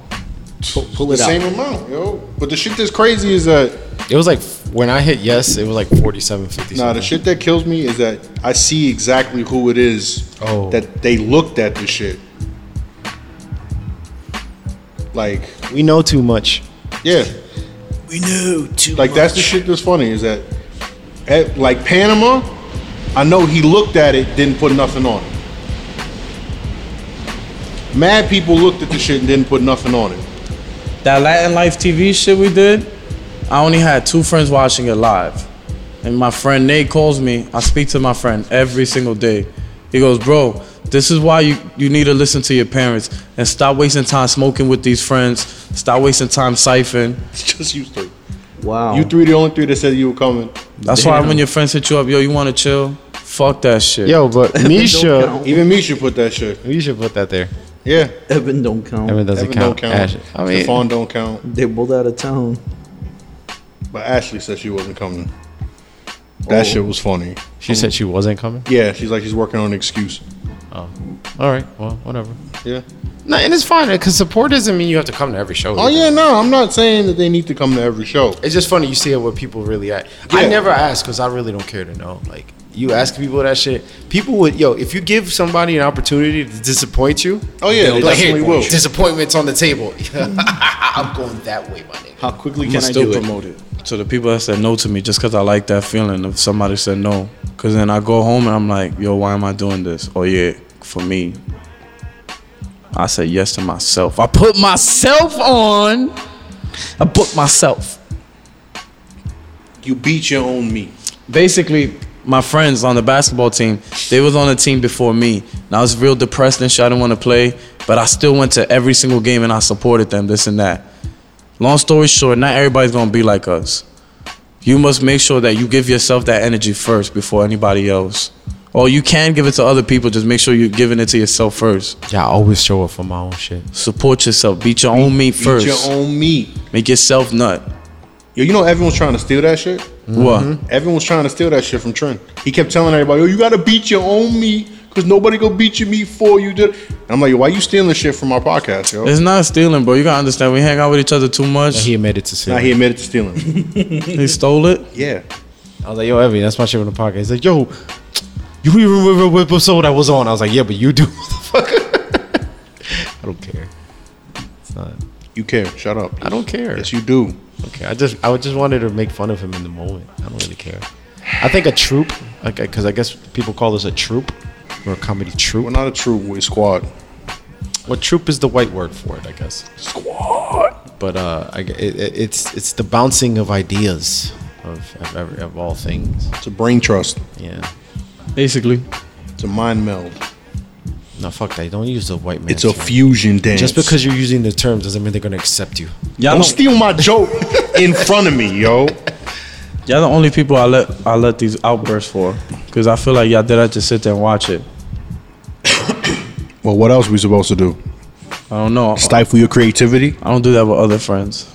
Pull, pull it
The
out.
same amount, yo. But the shit that's crazy is that,
it was like when I hit yes, it was like 47, 50.
nah, the shit that kills me is that I see exactly who it is
Oh.
that they looked at the shit. Like,
we know too much.
Yeah. We know too. Like that's the shit that's funny is that, at, like Panama, I know he looked at it, didn't put nothing on it. Mad people looked at the shit and didn't put nothing on it.
That Latin Life TV shit we did, I only had two friends watching it live. And my friend Nate calls me. I speak to my friend every single day. He goes, Bro, this is why you, you need to listen to your parents and stop wasting time smoking with these friends. Stop wasting time siphoning.
Just you three.
Wow.
You three, the only three that said you were coming.
That's why when your friends hit you up, yo, you wanna chill? Fuck that shit.
Yo, but Misha,
count.
Even Misha put that shit.
you should put that there.
Yeah.
Evan don't count.
Evan doesn't
Evan
count.
don't count.
Ash- I mean,
Stephon don't count.
They're both out of town.
But Ashley said she wasn't coming. That shit was funny.
Oh.
she said she wasn't coming.
Yeah, she's like she's working on an excuse.
Oh, all right. Well, whatever.
Yeah.
No, and it's fine because support doesn't mean you have to come to every show.
Oh
either.
yeah, no, I'm not saying that they need to come to every show.
It's just funny you see where people really at. I
Yeah.
never ask because I really don't care to know. Like you ask people that shit, people would yo. If you give somebody an opportunity to disappoint you,
Oh yeah,
they'll
they
be like,
definitely
"Here,
will.
Disappointments on the table. I'm going that way, my nigga.
How quickly
You
can
can
I
still
do it?
promote it. to the people that said no to me just because I like that feeling if somebody said no. Because then I go home and I'm like, yo, why am I doing this? Or yeah, for me. I said yes to myself. I put myself on. I put myself.
You beat your own meat.
basically my friends on the basketball team, they was on the team before me. And I was real depressed and shit. I didn't want to play, but I still went to every single game and I supported them, this and that. Long story short, not everybody's gonna be like us. You must make sure that you give yourself that energy first before anybody else. Or you can give it to other people, just make sure you're giving it to yourself first.
Yeah, I always show up for my own shit.
Support yourself. Beat your own meat first.
Beat your own meat.
make yourself nut.
Yo, you know everyone's trying to steal that shit.
What?
Everyone's trying to steal that shit from Trent. He kept telling everybody, "Yo, you gotta beat your own meat, cause nobody gonna beat your meat for you." Did and I'm like, "Yo, why you stealing shit from our podcast, yo?"
It's not stealing, bro. You gotta understand. We hang out with each other too much.
He admitted to say.
Now he admitted to stealing.
He stole it.
yeah,
I was like, yo, Evie, that's my shit on the podcast. He's like, yo, you even remember what episode I was on? I was like, yeah, but you do, motherfucker. I don't care. It's not.
you care. Shut up.
I don't care.
Yes, you do.
Okay, I just I would just wanted to make fun of him in the moment. I don't really care. I think a troop, like, because I guess people call this a troop or a comedy
We're
troop.
not a true we're squad.
What troop is the white word for it? I guess. Squad. But uh, I, gue- it, it- it's it's the bouncing of ideas of of, every, of all things.
It's a brain trust.
Yeah.
Basically.
It's a mind meld.
No, fuck that. Don't use the white man.
It's a
term.
fusion dance.
Just because you're using the term doesn't mean they're gonna accept you.
Y'all
don't,
don't,
steal my joke in front of me, yo.
y'all the only people I let I let these outbursts for, because I feel like y'all did I just sit there and watch it.
Well, what else we supposed to do?
I don't know.
Stifle your creativity?
I don't do that with other friends.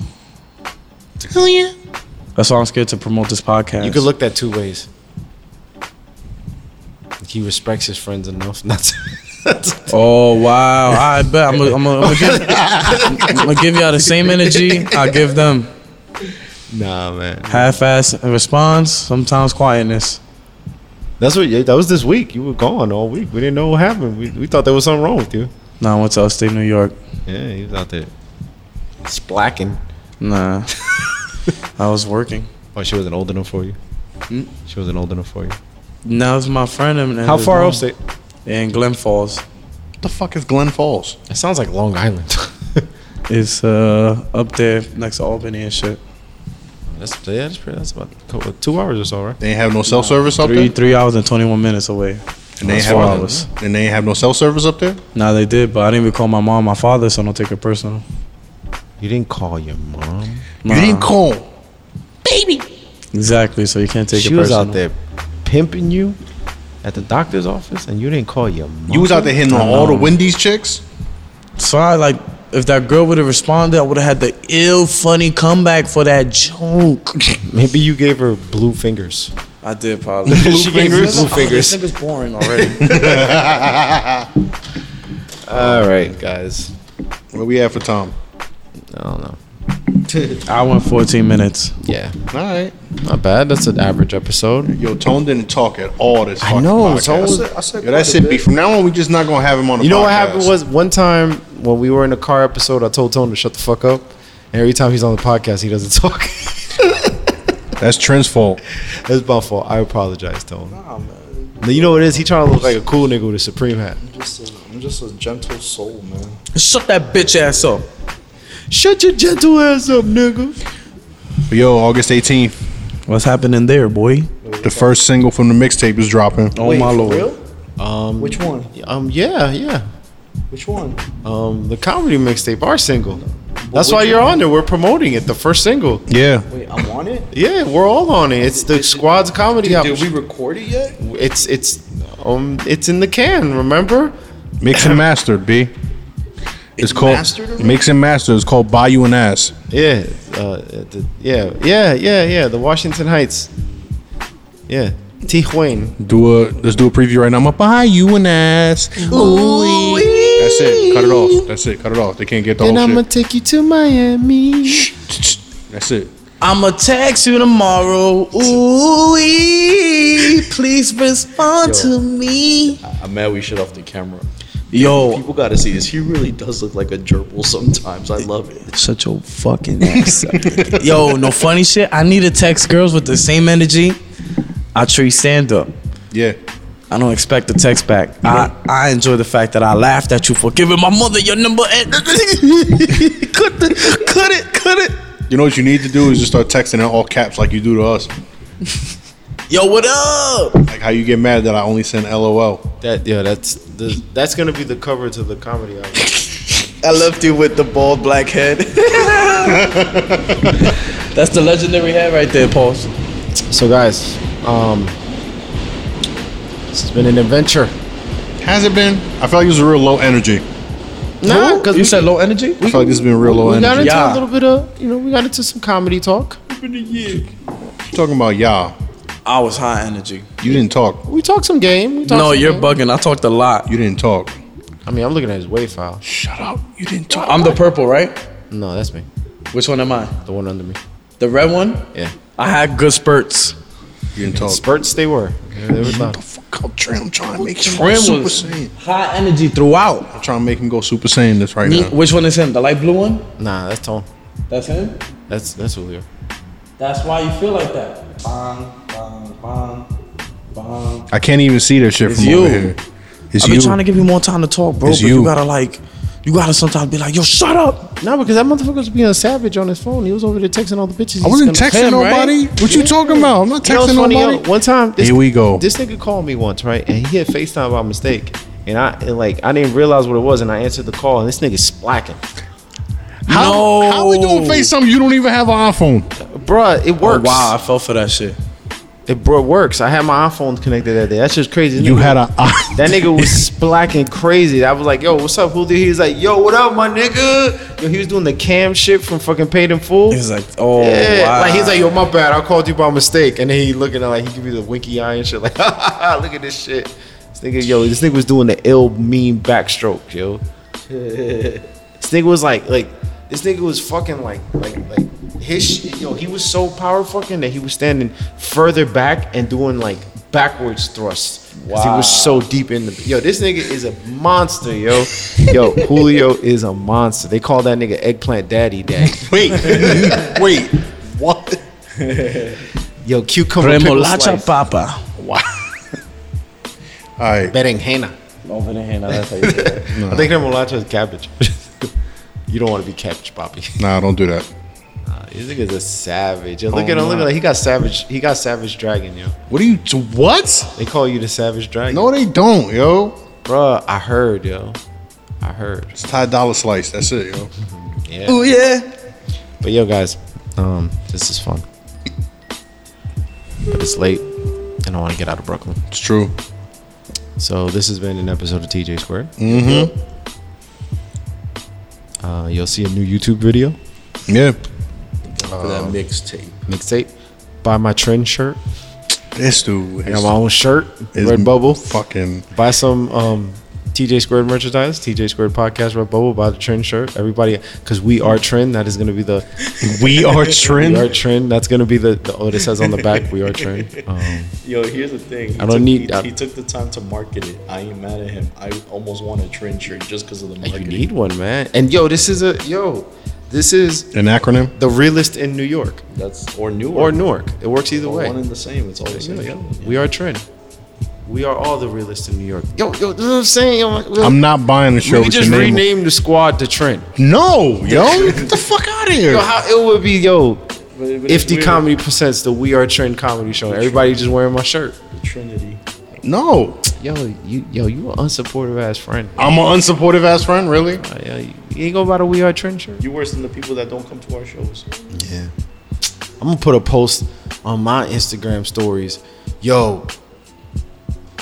Oh yeah.
That's why I'm scared to promote this podcast.
You could look that two ways. He respects his friends enough not to.
Oh wow! I bet I'm gonna I'm gonna- I'm gonna give, I'm gonna give y'all the same energy I give them.
nah, man.
Half-ass response, sometimes quietness.
That's what. That was this week. You were gone all week. We didn't know what happened. We, we thought there was something wrong with you.
Nah, I went to upstate New York.
Yeah, he was out there splacking.
Nah, I was working.
Oh, she wasn't old enough for you. She wasn't old enough for you.
Now it's my friend. And, and
How
his
far
mom.
upstate?
In Glen Falls.
What the fuck is Glen Falls?
It sounds like Long Island.
It's uh up there next to Albany and shit.
that's yeah, that's, pretty, that's about co- two hours or so, right?
They ain't have no cell service up
Three
there?
three hours and twenty one minutes away.
And they, ain't
That's
have
four
no,
hours.
and they ain't have no cell service up there?
Nah, they did, but I didn't even call my mom, my father, so I don't take it personal.
You didn't call your mom.
Nah,
You didn't call.
Baby.
exactly, so you can't take
she
it
was
personal.
out there pimping you at the doctor's office, and you didn't call your mom.
You was out there hitting on all the Wendy's chicks?
So I like, if that girl would have responded, I would have had the ill funny comeback for that joke.
Maybe you gave her blue fingers.
I did probably.
she gave you blue
This
fingers.
nigga's boring already.
All right, guys.
Where we at for Tom?
I don't know.
I went 14 minutes.
Yeah,
All right.
not bad. That's an average episode.
Yo, Tone didn't talk at all this fucking
know,
podcast.
Tone- I
Yo,
said-
that's it, B. From now on, we just not going to have him on the
You know
podcast.
what happened was one time when we were in a car episode, I told Tone to shut the fuck up. And every time he's on the podcast, he doesn't talk.
That's Trent's fault.
That's my fault. I apologize, Tone. Nah, man. You know what it is? He trying to look like a cool nigga with a Supreme hat.
Just a- I'm just a gentle soul, man.
Shut that bitch ass up.
Shut your gentle ass up, nigga.
But yo, August 18th,
What's happening there, boy?
the first single from the mixtape is dropping.
Oh my lord.
Um,
Which one?
um, yeah, yeah.
Which one?
Um, the comedy mixtape, our single. That's why you're on there. We're promoting it. The first single.
Yeah.
Wait, I'm on it.
Yeah, we're all on it. It's the squad's comedy
Did,
album.
did we record it yet?
It's it's um it's in the can. Remember?
Mix and mastered, B. It's called
mastered already?
Mix and Master. It's called Buy You an Ass.
Yeah, uh, the, yeah, yeah, yeah, yeah. The Washington Heights. Yeah, Tijuana.
Do a let's do a preview right now. I'm gonna buy you an ass. That's it. Cut it off. That's it. Cut it off. They can't get the
And
whole
I'm
shit.
gonna take you to Miami.
That's it.
I'ma text you tomorrow. Ooh, please respond to me.
I'm mad we shut off the camera.
Yo,
People gotta see this. He really does look like a gerbil sometimes. I love it.
Such a fucking ass. Yo, no funny shit. I need to text girls with the same energy I treat stand up.
Yeah.
I don't expect a text back. I, I enjoy the fact that I laughed at you for giving my mother your number and cut the, cut it, cut it.
You know what you need to do is just start texting in all caps like you do to us.
Yo, what up?
Like how you get mad that I only send LOL.
That yeah, that's the, that's gonna be the cover to the comedy album.
I left you with the bald black head. That's the legendary head right there, Pauls.
So guys, um, this has been an adventure.
Has it been? I feel like this is real low energy.
Nah, because
You said low energy?
I feel like this has been real low
we got
energy.
into
Yeah.
a little bit of you know we got into some comedy talk.
talking about y'all.
I was high energy.
You didn't talk.
We talked some game. We talked
No,
some
you're
game.
bugging. I talked a lot.
You didn't talk.
I mean, I'm looking at his wave file.
Shut up. You didn't talk.
I'm the purple, right?
No, that's me.
Which one am I?
The one under me.
The red one?
Yeah.
I had good spurts.
You didn't talk.
Spurts they were. Yeah, they were not.
Fuck up, Trey. I'm trying to make him
Trim
go Super
was-
Saiyan.
High energy throughout.
I'm trying to make him go Super Saiyan this right
Me-
now.
Which one is him? The light blue one?
Nah, that's Tone.
That's him?
That's that's Julio.
That's why you feel like that. Bong, bong, bong, bong.
I can't even see that shit
It's
from
you.
over here. It's
I've been
you.
trying to give you more time to talk, bro,
It's
but
you.
you gotta like, you gotta sometimes be like, yo, shut up.
No, because that motherfucker was being a savage on his phone. He was over there texting all the bitches.
I wasn't
He's gonna-
texting
him, right?
nobody. What you talking about? I'm not
You know what's
texting
funny, yo?
nobody.
One time, this,
Here we go.
This nigga called me once, right? And he had FaceTime by mistake, and I and like I didn't realize what it was, and I answered the call, and this nigga splacking.
How, how we doing
No.
face something you don't even have an iPhone?
Bruh, it
Oh,
works.
wow, I fell for that shit.
It bro, works. I had my iPhone connected that day. That's just crazy.
You
Nigga-
had an
that nigga was splacking crazy. I was like, yo, what's up, Julio? He was like, yo, what up, my nigga? Yo, he was doing the cam shit from fucking Paid in Full.
He was like, oh,
Yeah,
wow.
like he's like, yo, my bad, I called you by mistake, and then he looking at like he give you the winky eye and shit, like, look at this shit. This nigga, yo, this nigga was doing the ill mean backstroke, yo. this nigga was like, like, this nigga was fucking like, like, like his, sh- yo, he was so power fucking that he was standing further back and doing like backwards thrusts. Cause he was so deep in the yo. This nigga is a monster, yo. Yo, Julio is a monster. They call that nigga Eggplant Daddy Daddy.
iPhone. Wait, what?
Yo, cucumber pickle
Remolacha
slice.
Papa.
All right.
Berenjena.
Over the hand, now that's how you say it.
I think remolacha is cabbage. you don't want to be cabbage, Bobby.
Nah, don't do that.
This nigga's a savage. Yo, look at him. Look at him. He got savage. He got savage dragon, yo.
What are you? What?
They call you the savage dragon.
No, they don't, yo.
Bruh, I heard, yo. I heard.
It's Ty Dollar Slice. That's it, yo.
Yeah. Ooh, yeah. But yo, guys, um, this is fun. But it's late, and I want to get out of Brooklyn.
It's true.
So this has been an episode of TJ Squared. Mm-hmm. Uh, you'll see a new YouTube video.
Yeah.
For that mixtape.
mixtape. Buy my trend shirt.
This dude
I
is,
got my own shirt.
is
Red Bubble.
Fucking.
Buy some um, TJ Squared merchandise. TJ Squared podcast. Red Bubble. Buy the trend shirt. Everybody, because we are trend. That is going to be the
We are
we are
trend. Oh,
trend. That's going to be the, the oh, it says on the back. We are trend. Um,
Yo, here's the thing. He
I don't
took,
need-
He,
I-
he took the time to market it. I ain't mad at him. I almost want a trend shirt just because of the
you
marketing.
need one, man. And yo, this is a yo. This is
An acronym.
the realist in New York
That's or new
or Newark. It works either way.
One and the same. It's all the same.
Yeah, yo,
shit.
We are trend. We are all the realists in New York. Yo, yo, this is what I'm saying. Yo, like,
I'm not buying the show.
we
with
just
your name.
renamed the squad to Trend.
No, yo, get the fuck out of
Yo,
here.
how it would be, yo,
But- but
if
it's
the
weird.
comedy presents the We Are Trend comedy show. Everybody just wearing my shirt.
Trinity.
No,
Yo, you, yo, you an unsupportive ass friend.
I'm an unsupportive ass friend. Really?
Uh, yeah, you ain't go buy the We Are Trend shirt.
You worse than the people that don't come to our shows.
Yeah. I'm gonna put a post on my Instagram stories. Yo,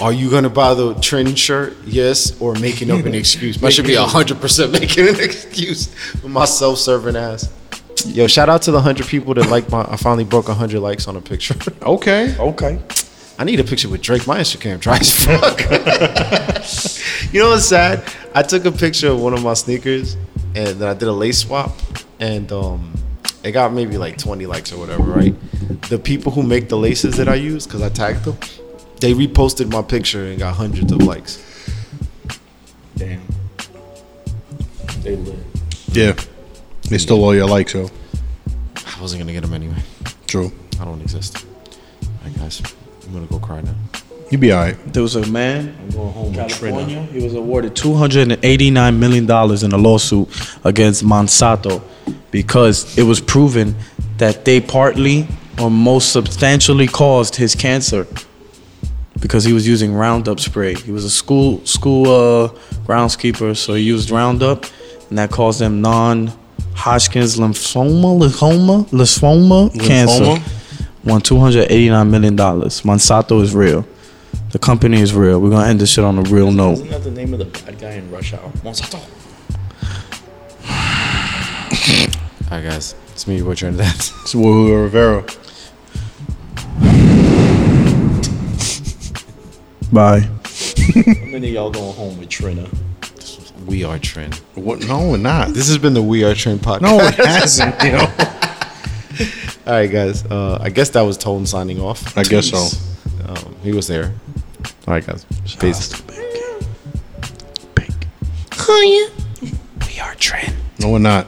are you gonna buy the trend shirt? Yes, or making up an excuse. I should be hundred percent making an excuse with my self-serving ass. Yo, shout out to the hundred people that like my. I finally broke hundred likes on a picture.
Okay.
Okay.
I need a picture with Drake. My Instagram dry as fuck. you know what's sad? I took a picture of one of my sneakers, and then I did a lace swap, and um, it got maybe like 20 likes or whatever. Right? The people who make the laces that I use, cause I tagged them, they reposted my picture and got hundreds of likes.
Damn. They live. Yeah. They still all your likes, yo.
I wasn't gonna get them anyway.
True.
I don't exist. All right, guys, I'm gonna go cry now.
You be alright.
There was a man in California. He was awarded two hundred and eighty-nine million dollars in a lawsuit against Monsanto because it was proven that they partly or most substantially caused his cancer because he was using Roundup spray. He was a school school uh, groundskeeper, so he used Roundup, and that caused him non-Hodgkin's lymphoma, lymphoma, lymphoma,
Lymphoma?
cancer. Won two hundred eighty-nine million dollars. Monsanto is real. The company is real. We're gonna end this shit on a real note.
Isn't that the name of the bad guy in Rush Hour? Monsanto.
All right, guys, it's me, Butcher, and that.
It's Julio Rivera.
Bye.
How many of y'all going home with Trina?
We are Trend.
What? No, we're not.
This has been the We Are Trend podcast.
No, it hasn't, yo.
All right, guys. Uh, I guess that was Tone signing off.
I guess so.
Um, he was there. All right, guys. Peace.
No, we're not.